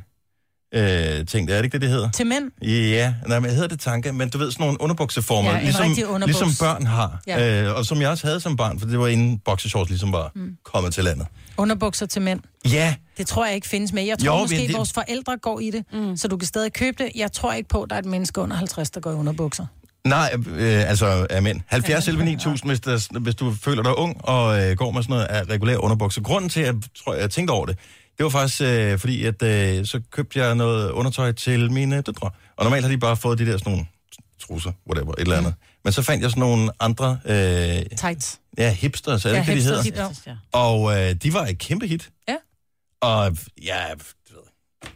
[SPEAKER 1] Øh, ting, er det ikke det, det hedder?
[SPEAKER 2] Til mænd?
[SPEAKER 1] Ja, nej, men hedder det tanke, men du ved, sådan nogle underbukseformer,
[SPEAKER 2] Ja, en rigtig
[SPEAKER 1] ligesom,
[SPEAKER 2] underbuks.
[SPEAKER 1] ligesom børn har,
[SPEAKER 2] Ja.
[SPEAKER 1] ja. øh, og som jeg også havde som barn, for det var inden boxershorts ligesom var mm. kommet til landet.
[SPEAKER 2] Underbukser til mænd.
[SPEAKER 1] Ja,
[SPEAKER 2] Det tror jeg ikke findes med. Jeg tror jo,
[SPEAKER 1] Jo,
[SPEAKER 2] måske,
[SPEAKER 1] men
[SPEAKER 2] at
[SPEAKER 1] det-
[SPEAKER 2] vores forældre går i det, mm. så du kan stadig købe det. Jeg tror ikke på, at der er et menneske under 50, der går i underbukser.
[SPEAKER 1] nej, øh, altså af mænd. 70 11 9000, hvis, der, hvis du føler dig ung og øh, går med sådan noget af regulær underbukser. Grunden til, at jeg, tror, jeg tænkte over det, det var faktisk øh, fordi, at øh, så købte jeg noget undertøj til mine døtre. Og normalt har de bare fået de der sådan nogle trusser, whatever, et eller
[SPEAKER 2] Mm.
[SPEAKER 1] andet. Men så fandt jeg sådan nogle andre... Øh,
[SPEAKER 2] Tights.
[SPEAKER 1] Ja, hipsters, er det
[SPEAKER 2] Ja,
[SPEAKER 1] ja, ikke, det, de
[SPEAKER 2] hipsters,
[SPEAKER 1] hedder?
[SPEAKER 2] hipsters, ja.
[SPEAKER 1] Og øh, de var et kæmpe hit.
[SPEAKER 2] Ja.
[SPEAKER 1] Og ja,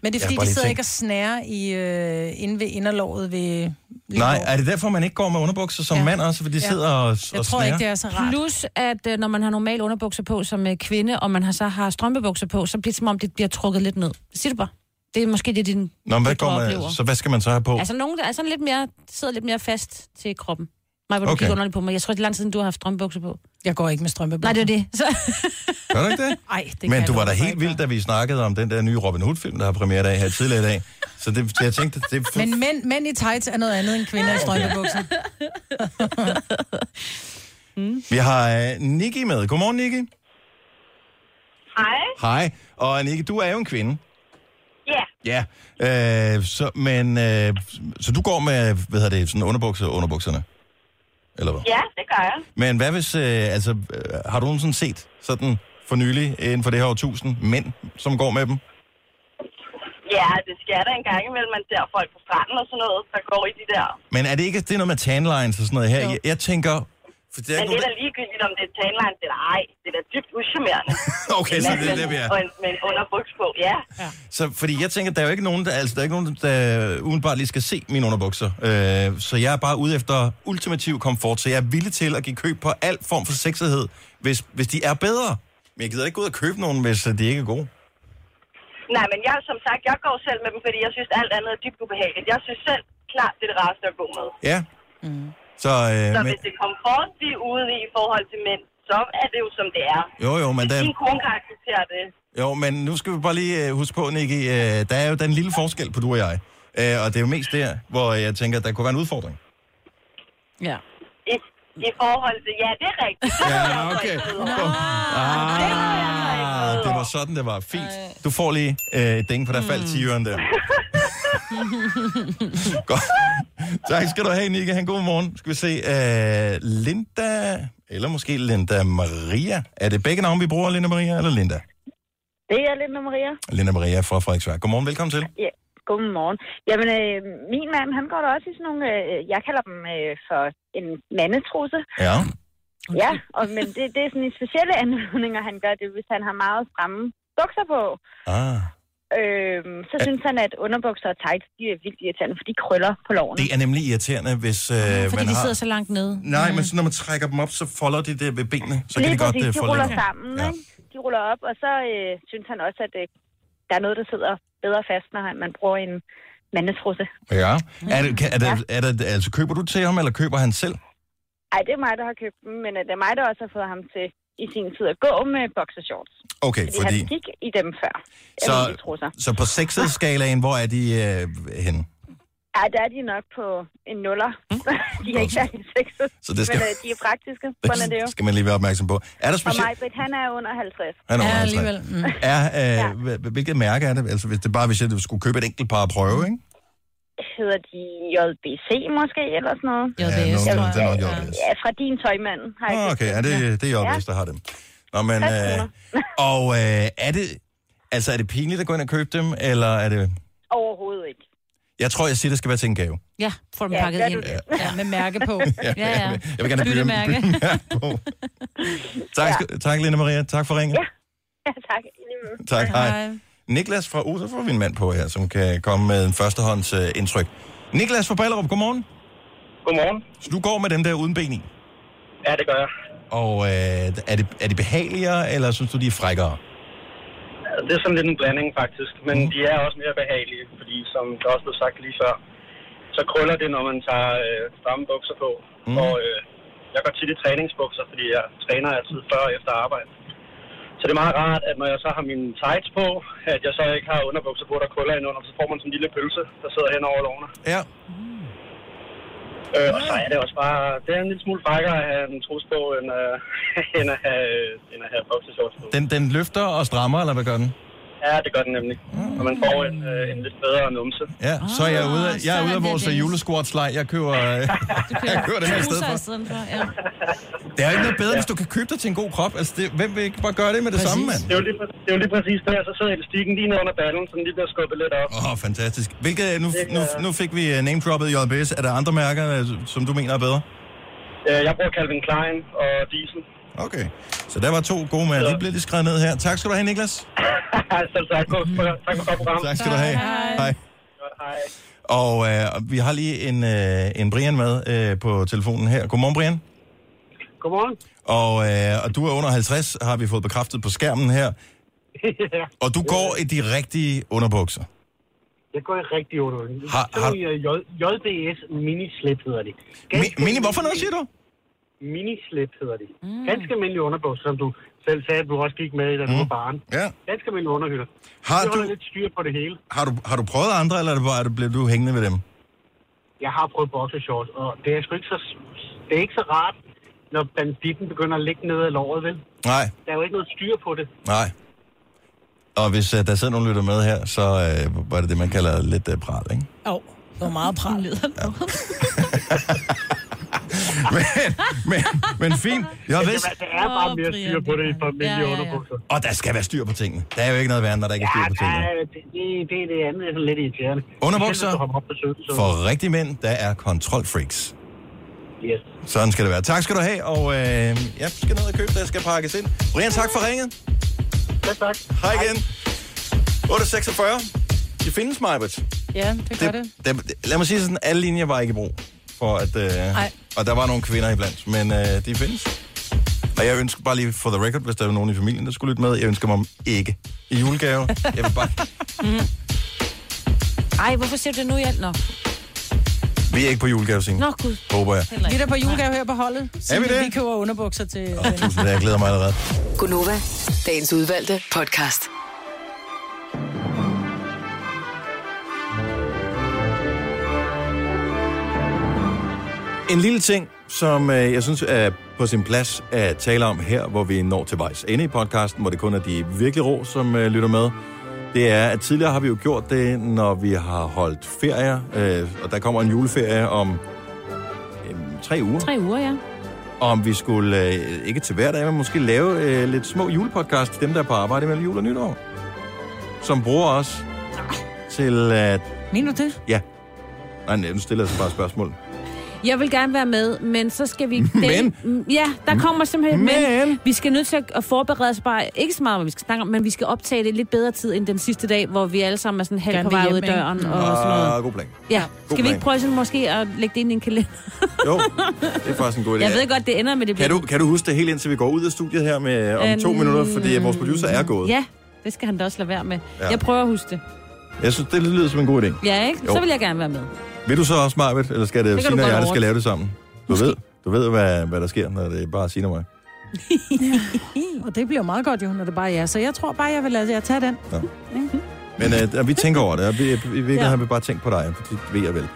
[SPEAKER 2] Men det
[SPEAKER 1] Jeg
[SPEAKER 2] er fordi,
[SPEAKER 1] kan bare
[SPEAKER 2] de
[SPEAKER 1] lige
[SPEAKER 2] sidder
[SPEAKER 1] tænke-
[SPEAKER 2] ikke og snærer i, øh, inde ved inderlåret ved...
[SPEAKER 1] nej, er det derfor, man ikke går med underbukser som ja. mand også? Fordi de
[SPEAKER 2] Ja.
[SPEAKER 1] ja. sidder og, og snærer?
[SPEAKER 2] rart.
[SPEAKER 3] Plus, at øh, når man har normale underbukser på som øh, kvinde, og man har så har strømpebukser på, så bliver det som om, det bliver trukket lidt ned. Sig det bare. Det er måske det, din
[SPEAKER 1] Nå, men hvad
[SPEAKER 3] det, du
[SPEAKER 1] går
[SPEAKER 3] oplever.
[SPEAKER 1] man, så hvad skal man så have på?
[SPEAKER 3] Altså nogen, der er sådan lidt mere, sidder lidt mere fast til kroppen. Mig, hvor du
[SPEAKER 1] Okay.
[SPEAKER 3] okay. kigger underligt på mig. Jeg tror, det er lang tid, siden, du har haft strømpebukser på.
[SPEAKER 2] Jeg går ikke med strømpebukser.
[SPEAKER 3] Nej, det er det. Så... [LAUGHS]
[SPEAKER 1] Gør du ikke det?
[SPEAKER 2] Ej, det kan
[SPEAKER 1] Men
[SPEAKER 2] jeg
[SPEAKER 1] du var da
[SPEAKER 2] love dig
[SPEAKER 1] helt vild, da vi snakkede om den der nye Robin Hood-film, der har premiere dag her tidligere i dag. Så det, jeg tænkte, det er
[SPEAKER 2] [LAUGHS] Men mænd, mænd i tights er noget andet end kvinder i strømpebukser.
[SPEAKER 1] Vi har øh, Nikki med. Godmorgen, Nikki.
[SPEAKER 11] Hej.
[SPEAKER 1] Hej. Og Nikki, du er jo en kvinde.
[SPEAKER 11] Ja,
[SPEAKER 1] Ja. Øh, så, men, øh, så du går med, hvad hedder det, sådan underbukser underbukserne? Eller hvad?
[SPEAKER 11] ja, det gør jeg.
[SPEAKER 1] Men hvad hvis, øh, altså, øh, har du nogensinde set sådan for nylig øh, inden for det her årtusind mænd, som går med dem?
[SPEAKER 11] Ja, det sker der en gang imellem. Man ser folk på stranden og sådan noget, der går i de der.
[SPEAKER 1] Men er det ikke det er noget med tanlines og sådan noget her? Jeg, jeg tænker... For det er
[SPEAKER 11] Men
[SPEAKER 1] ikke
[SPEAKER 11] det er
[SPEAKER 1] nogen,
[SPEAKER 11] da ligegyldigt, om det er tanlines eller ej. Det er da dybt uschammerende.
[SPEAKER 1] Okay, [LAUGHS] så det er det, vi er.
[SPEAKER 11] Og en, med en underbuks på, ja. ja.
[SPEAKER 1] så, fordi jeg tænker, der er jo ikke nogen, der, altså, der, er ikke nogen, der udenbart lige skal se mine underbukser. Øh, så jeg er bare ude efter ultimativ komfort, så jeg er villig til at give køb på al form for sexighed, hvis, hvis de er bedre. Men jeg gider ikke gå ud og købe nogen, hvis øh, de ikke er gode.
[SPEAKER 11] Nej, men jeg, som sagt, jeg går selv med dem, fordi jeg synes, alt andet er dybt ubehageligt. Jeg synes selv, klart, det er det rareste at gå med.
[SPEAKER 1] Ja. Mm. Så,
[SPEAKER 11] Så
[SPEAKER 1] øh, men,
[SPEAKER 11] hvis det er komfort, vi er ude i i forhold til mænd, så er det jo, som det er.
[SPEAKER 1] Jo, jo, men der-
[SPEAKER 11] Din kone kan acceptere det.
[SPEAKER 1] Jo, men nu skal vi bare lige øh, huske på, Nicky, øh, der er jo den lille forskel på du og jeg. Øh, og det er jo mest der, hvor jeg tænker, der kunne være en udfordring.
[SPEAKER 3] Ja.
[SPEAKER 11] I, I forhold til... Ja, det er rigtigt.
[SPEAKER 1] Ja, okay. Ah, det var sådan, det var. Fint. Du får lige øh, et ding, for der faldt
[SPEAKER 20] Mm.
[SPEAKER 1] 10 øren
[SPEAKER 20] [LAUGHS]
[SPEAKER 1] der. Godt. Tak skal du have, Nicky. Han, god morgen. Skal vi se. Øh, Linda, eller måske Linda Maria. Er det begge navne, vi bruger, Linda Maria eller Linda?
[SPEAKER 20] Det er Linda Maria.
[SPEAKER 1] Linda Maria fra Frederiksværk. Godmorgen, velkommen til.
[SPEAKER 20] Ja, godmorgen. Jamen, øh, min mand, han går da også i sådan nogle, øh, jeg kalder dem øh, for en mandetrusse.
[SPEAKER 1] Ja.
[SPEAKER 20] Ja, og, men det, det er sådan i specielle anledninger, han gør det, hvis han har meget stramme bukser på.
[SPEAKER 1] Ah.
[SPEAKER 20] Øh, så synes han, at underbukser og tights, de er vildt irriterende, for de krøller på lårene.
[SPEAKER 1] Det er nemlig irriterende, hvis øh, man
[SPEAKER 20] fordi de
[SPEAKER 1] har...
[SPEAKER 20] sidder så
[SPEAKER 3] langt nede.
[SPEAKER 1] Nej, men så når man trækker dem op, så folder de det ved benene. Så kan
[SPEAKER 20] Mm. Lige
[SPEAKER 1] de godt
[SPEAKER 20] præcis,
[SPEAKER 1] øh,
[SPEAKER 20] de
[SPEAKER 1] forlænge.
[SPEAKER 20] ruller sammen, ja. ikke? De ruller op, og så øh, synes han også, at øh, der er noget, der sidder bedre fast, når han- man bruger en mandetrusse.
[SPEAKER 1] Ja. Er det, kan, er det, er det, altså, køber du til ham, eller køber han selv?
[SPEAKER 20] Ej, det er mig, der har købt dem, men øh, det er mig, der også har fået ham til i sin tid at gå med boxershorts. Okay,
[SPEAKER 1] Okay,
[SPEAKER 20] fordi,
[SPEAKER 1] fordi...
[SPEAKER 20] fordi... han gik i dem før. Så...
[SPEAKER 1] Så,
[SPEAKER 20] trusser.
[SPEAKER 1] så på sexet-skalaen, hvor er de øh, henne?
[SPEAKER 20] Ja, der er de nok på en nuller. [LAUGHS] de er ikke særlig sexet,
[SPEAKER 1] Så det skal-
[SPEAKER 20] men øh, de er praktiske. Sådan er det jo.
[SPEAKER 1] skal man lige være opmærksom på. Er der
[SPEAKER 20] Og
[SPEAKER 1] specielt...
[SPEAKER 20] Majbrit, han er under 50.
[SPEAKER 1] Han er under Ja, 50. alligevel.
[SPEAKER 2] Mm.
[SPEAKER 1] Er, øh, hv- hvilket mærke er det? Altså, hvis det bare, hvis jeg skulle købe et enkelt par at prøve, ikke?
[SPEAKER 20] Hedder de JBC måske, eller sådan noget?
[SPEAKER 1] Ja, JBS, nogen- tror jeg. det er nok JBS.
[SPEAKER 20] Ja, fra din tøjmand. Har jeg
[SPEAKER 1] Nå, Ah, okay, ja, det, det er jo der har dem. Nå, men,
[SPEAKER 20] Tak,
[SPEAKER 1] øh, og øh, er det... Altså, er det pinligt at gå ind og købe dem, eller er det...
[SPEAKER 20] Overhovedet ikke. [LAUGHS]
[SPEAKER 1] Jeg tror, jeg siger, det skal være til en gave.
[SPEAKER 3] Ja, får dem
[SPEAKER 2] Ja,
[SPEAKER 3] pakket
[SPEAKER 2] gør
[SPEAKER 3] ind.
[SPEAKER 2] du det. Ja, med mærke
[SPEAKER 1] [LAUGHS]
[SPEAKER 2] på.
[SPEAKER 1] Ja, ja. Jeg vil gerne have
[SPEAKER 2] Byttemærke.
[SPEAKER 1] bytte- [LAUGHS] byttemærke på. tak, ja. tak, Lene Maria. Tak for ringet.
[SPEAKER 20] Ja, tak.
[SPEAKER 1] Tak, hej. Niklas fra Odense, får vi en mand på her, som kan komme med en førstehånds øh, indtryk. Niklas fra Ballerup, godmorgen.
[SPEAKER 21] Godmorgen.
[SPEAKER 1] Så du går med dem der uden ben i?
[SPEAKER 21] Ja, det gør jeg.
[SPEAKER 1] Og øh, er, det, er de behageligere, eller synes du, de er frækkere?
[SPEAKER 21] Altså, Det er sådan lidt en blanding faktisk, men
[SPEAKER 1] Mm.
[SPEAKER 21] de er også mere behagelige, fordi som der også blev sagt lige før, så krøller det, når man tager øh, stramme bukser på. Mm. Og øh, jeg går tit i træningsbukser, fordi jeg træner altid før og efter arbejde. Så det er meget rart, at når jeg så har mine tights på, at jeg så ikke har underbukser på, der krøller ind under, så får man sådan en lille pølse, der sidder hen over lårene.
[SPEAKER 1] Ja.
[SPEAKER 21] Øh, og så er det også bare, det er en lille smule frækkere at have en trus på, end, øh, [LAUGHS] end at have, øh, end at have boxershorts på.
[SPEAKER 1] Den, den løfter og strammer, eller hvad gør den?
[SPEAKER 21] Ja, det gør den nemlig. Og man får en, øh, en lidt bedre numse.
[SPEAKER 1] Mm. Ja, oh, så er jeg ude, af- jeg er ude af
[SPEAKER 21] sådan
[SPEAKER 1] vores
[SPEAKER 21] der, Dennis.
[SPEAKER 1] julesquartslej. Jeg køber, øh, [LAUGHS] jeg køber den her i stedet for.
[SPEAKER 3] for. Ja.
[SPEAKER 1] Det er jo ikke noget bedre, ja. hvis du kan købe dig til en god krop. Altså, det, hvem vil ikke bare gøre det med det samme, mand?
[SPEAKER 21] Det er, jo lige, præ- det er jo lige præcis der, så sidder elastikken lige ned under ballen, så den lige bliver skubbet lidt op.
[SPEAKER 1] Åh, oh, fantastisk. Hvilke, nu,
[SPEAKER 21] Det kan-
[SPEAKER 1] nu, nu fik vi øh, name-droppet JBS. Er der andre mærker, øh, som du mener er bedre?
[SPEAKER 21] Øh, Jeg bruger Calvin Klein og Diesel. [LAUGHS]
[SPEAKER 1] Okay. Så der var to gode mærker. De blev lige skrevet ned her. Tak skal du have, Niklas.
[SPEAKER 21] Selv tak. God- Tak for godt program.
[SPEAKER 1] Tak skal du have. Hej. Hej. Og øh, og vi har lige en, øh, en Brian med øh, på telefonen her. Godmorgen, Brian.
[SPEAKER 22] Godmorgen. [LAUGHS]
[SPEAKER 1] Og, øh, og du er under 50, har vi fået bekræftet på skærmen her.
[SPEAKER 22] ja,
[SPEAKER 1] Og du går i de rigtige underbukser.
[SPEAKER 22] jeg går i rigtig underholdning.
[SPEAKER 1] Har- har-
[SPEAKER 22] Sådan en, øh, J- JBS mini-slip hedder det.
[SPEAKER 1] Mi- mini- hvorfor noget, siger du?
[SPEAKER 22] Mini-slip hedder det. Ganske almindelig underbukser, som du selv sagde, at du også gik med, i, da du var barn.
[SPEAKER 1] Mm. Ja.
[SPEAKER 22] Ganske almindelig underhylder.
[SPEAKER 1] Har
[SPEAKER 22] Jeg
[SPEAKER 1] du-
[SPEAKER 22] holder lidt styr på det hele.
[SPEAKER 1] Har du, har du prøvet andre, eller er det bare, er du, blev du hængende ved dem?
[SPEAKER 22] Jeg har prøvet boxershorts, og det er sgu ikke så, det er ikke så rart, når banditten begynder at ligge nede af låret, vel?
[SPEAKER 1] Nej,
[SPEAKER 22] Der er jo ikke noget styr på det.
[SPEAKER 1] nej. Og hvis uh, der sidder nogen der lytter med her, så uh, var det det, man kalder lidt uh, pral, ikke?
[SPEAKER 2] Åh, oh, det var meget pral. Ja.
[SPEAKER 1] [LAUGHS] men, men, men fint. Jeg
[SPEAKER 22] Men
[SPEAKER 1] vidst.
[SPEAKER 22] det, Altså, der er bare mere styr på det i familie ja, ja, ja.
[SPEAKER 1] Og der skal være styr på tingene. Der er jo ikke noget værre, end når der ikke er styr på
[SPEAKER 22] Ja,
[SPEAKER 1] tingene.
[SPEAKER 22] det, det, det, det andet er sådan lidt irriterende.
[SPEAKER 1] Underbukser
[SPEAKER 22] Selv, hvis du hopper op på søvn, så-
[SPEAKER 1] For rigtige mænd, der er kontrolfreaks.
[SPEAKER 22] Yes.
[SPEAKER 1] Sådan skal det være. Tak skal du have, og øh, jeg skal ned og købe, der skal pakkes ind. Brian, tak for ringet.
[SPEAKER 22] Ja, tak.
[SPEAKER 1] Hej igen. 8.46. De findes, Majbert.
[SPEAKER 2] Ja, det gør det.
[SPEAKER 1] Der, lad mig sige sådan, alle linjer var ikke i brug. For at, øh,
[SPEAKER 2] Nej.
[SPEAKER 1] og der var nogle kvinder iblandt, men øh, de findes. Og jeg ønsker bare lige for the record, hvis der er nogen i familien, der skulle lytte med, jeg ønsker mig dem ikke i julegave. Jeg vil bare,
[SPEAKER 3] Mm. Ej, hvorfor siger du det nu, Hjalp? Nå,
[SPEAKER 1] vi er ikke på julegave, Signe.
[SPEAKER 3] Nå Gud.
[SPEAKER 1] Håber jeg.
[SPEAKER 2] Vi er der på julegave her på holdet. så
[SPEAKER 1] Er vi det?
[SPEAKER 2] Vi køber underbukser til...
[SPEAKER 1] Tusind tak, jeg glæder mig allerede.
[SPEAKER 6] Gunova, dagens udvalgte podcast.
[SPEAKER 1] En lille ting, som øh, jeg synes er på sin plads at tale om her, hvor vi når til vejs ende i podcasten, hvor det kun er de virkelig rå, som øh, lytter med, det er, at tidligere har vi jo gjort det, når vi har holdt ferier, øh, og der kommer en juleferie om øh, tre uger.
[SPEAKER 3] tre uger, ja.
[SPEAKER 1] Om vi skulle, øh, ikke til hverdag, men måske lave øh, lidt små julepodcast til dem, der er på arbejde mellem jul og nytår, som bruger os til at...
[SPEAKER 3] Mener du det?
[SPEAKER 1] Ja. Nej, nu stiller jeg så bare spørgsmål.
[SPEAKER 3] Jeg vil gerne være med, men så skal vi...
[SPEAKER 1] [LAUGHS] Men?
[SPEAKER 3] Mm, Ja, der kommer simpelthen... Men? Vi skal nødt til at- at forberede os bare... Ikke så meget, hvad vi skal snakke om, men vi skal optage det lidt bedre tid end den sidste dag, hvor vi alle sammen er sådan halvt
[SPEAKER 1] Gerne
[SPEAKER 3] på
[SPEAKER 1] vil
[SPEAKER 3] vej ud af
[SPEAKER 1] hjem, ikke?
[SPEAKER 3] døren
[SPEAKER 1] Mm.
[SPEAKER 3] og sådan
[SPEAKER 1] Ah,
[SPEAKER 3] noget.
[SPEAKER 1] god plan.
[SPEAKER 3] Ja.
[SPEAKER 1] God
[SPEAKER 3] Skal vi
[SPEAKER 1] plan.
[SPEAKER 3] ikke prøve sådan måske at lægge det ind i en kalender?
[SPEAKER 1] Jo, det er faktisk en god idé.
[SPEAKER 3] Jeg ved godt, det ender med det
[SPEAKER 1] Kan
[SPEAKER 3] bliver-
[SPEAKER 1] du, kan du huske det helt indtil vi går ud af studiet her med, om to
[SPEAKER 3] Øhm,
[SPEAKER 1] minutter, fordi øh, vores producer er gået?
[SPEAKER 3] Ja, det skal han da også lade være med.
[SPEAKER 1] Ja.
[SPEAKER 3] Ja. Jeg prøver at huske det.
[SPEAKER 1] Jeg synes, det lyder som en god idé.
[SPEAKER 3] Ja, ikke?
[SPEAKER 1] Jo.
[SPEAKER 3] Jo. Så vil jeg gerne være med.
[SPEAKER 1] Vil du så også, Marvitt, eller skal det,
[SPEAKER 3] Det kan
[SPEAKER 1] Sina
[SPEAKER 3] du
[SPEAKER 1] og
[SPEAKER 3] godt
[SPEAKER 1] jeg, der skal
[SPEAKER 3] ordne.
[SPEAKER 1] lave det sammen? Du ved, du ved hvad, hvad der sker, når det er bare Sina og mig.
[SPEAKER 2] og det bliver meget godt jo, når det bare er jer. Så jeg tror bare, jeg vil lade jer tage den.
[SPEAKER 1] Men øh, vi tænker over det, og vi, i virkeligheden ja. har vi bare tænkt på dig, for det ved jeg vel.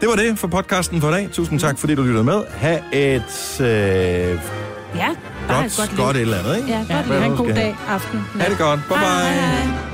[SPEAKER 1] Det var det for podcasten for i dag. Tusind tak, fordi du lyttede med. Ha' et øh,
[SPEAKER 3] Ja, bare
[SPEAKER 1] godt,
[SPEAKER 3] et godt liv.
[SPEAKER 1] godt et eller andet, ikke?
[SPEAKER 2] Ja,
[SPEAKER 1] Hvad
[SPEAKER 2] godt. Ja,
[SPEAKER 1] du
[SPEAKER 2] en god
[SPEAKER 1] skal have.
[SPEAKER 2] dag, aften.
[SPEAKER 1] Ha' det godt. Bye bye.
[SPEAKER 2] Hej, hej.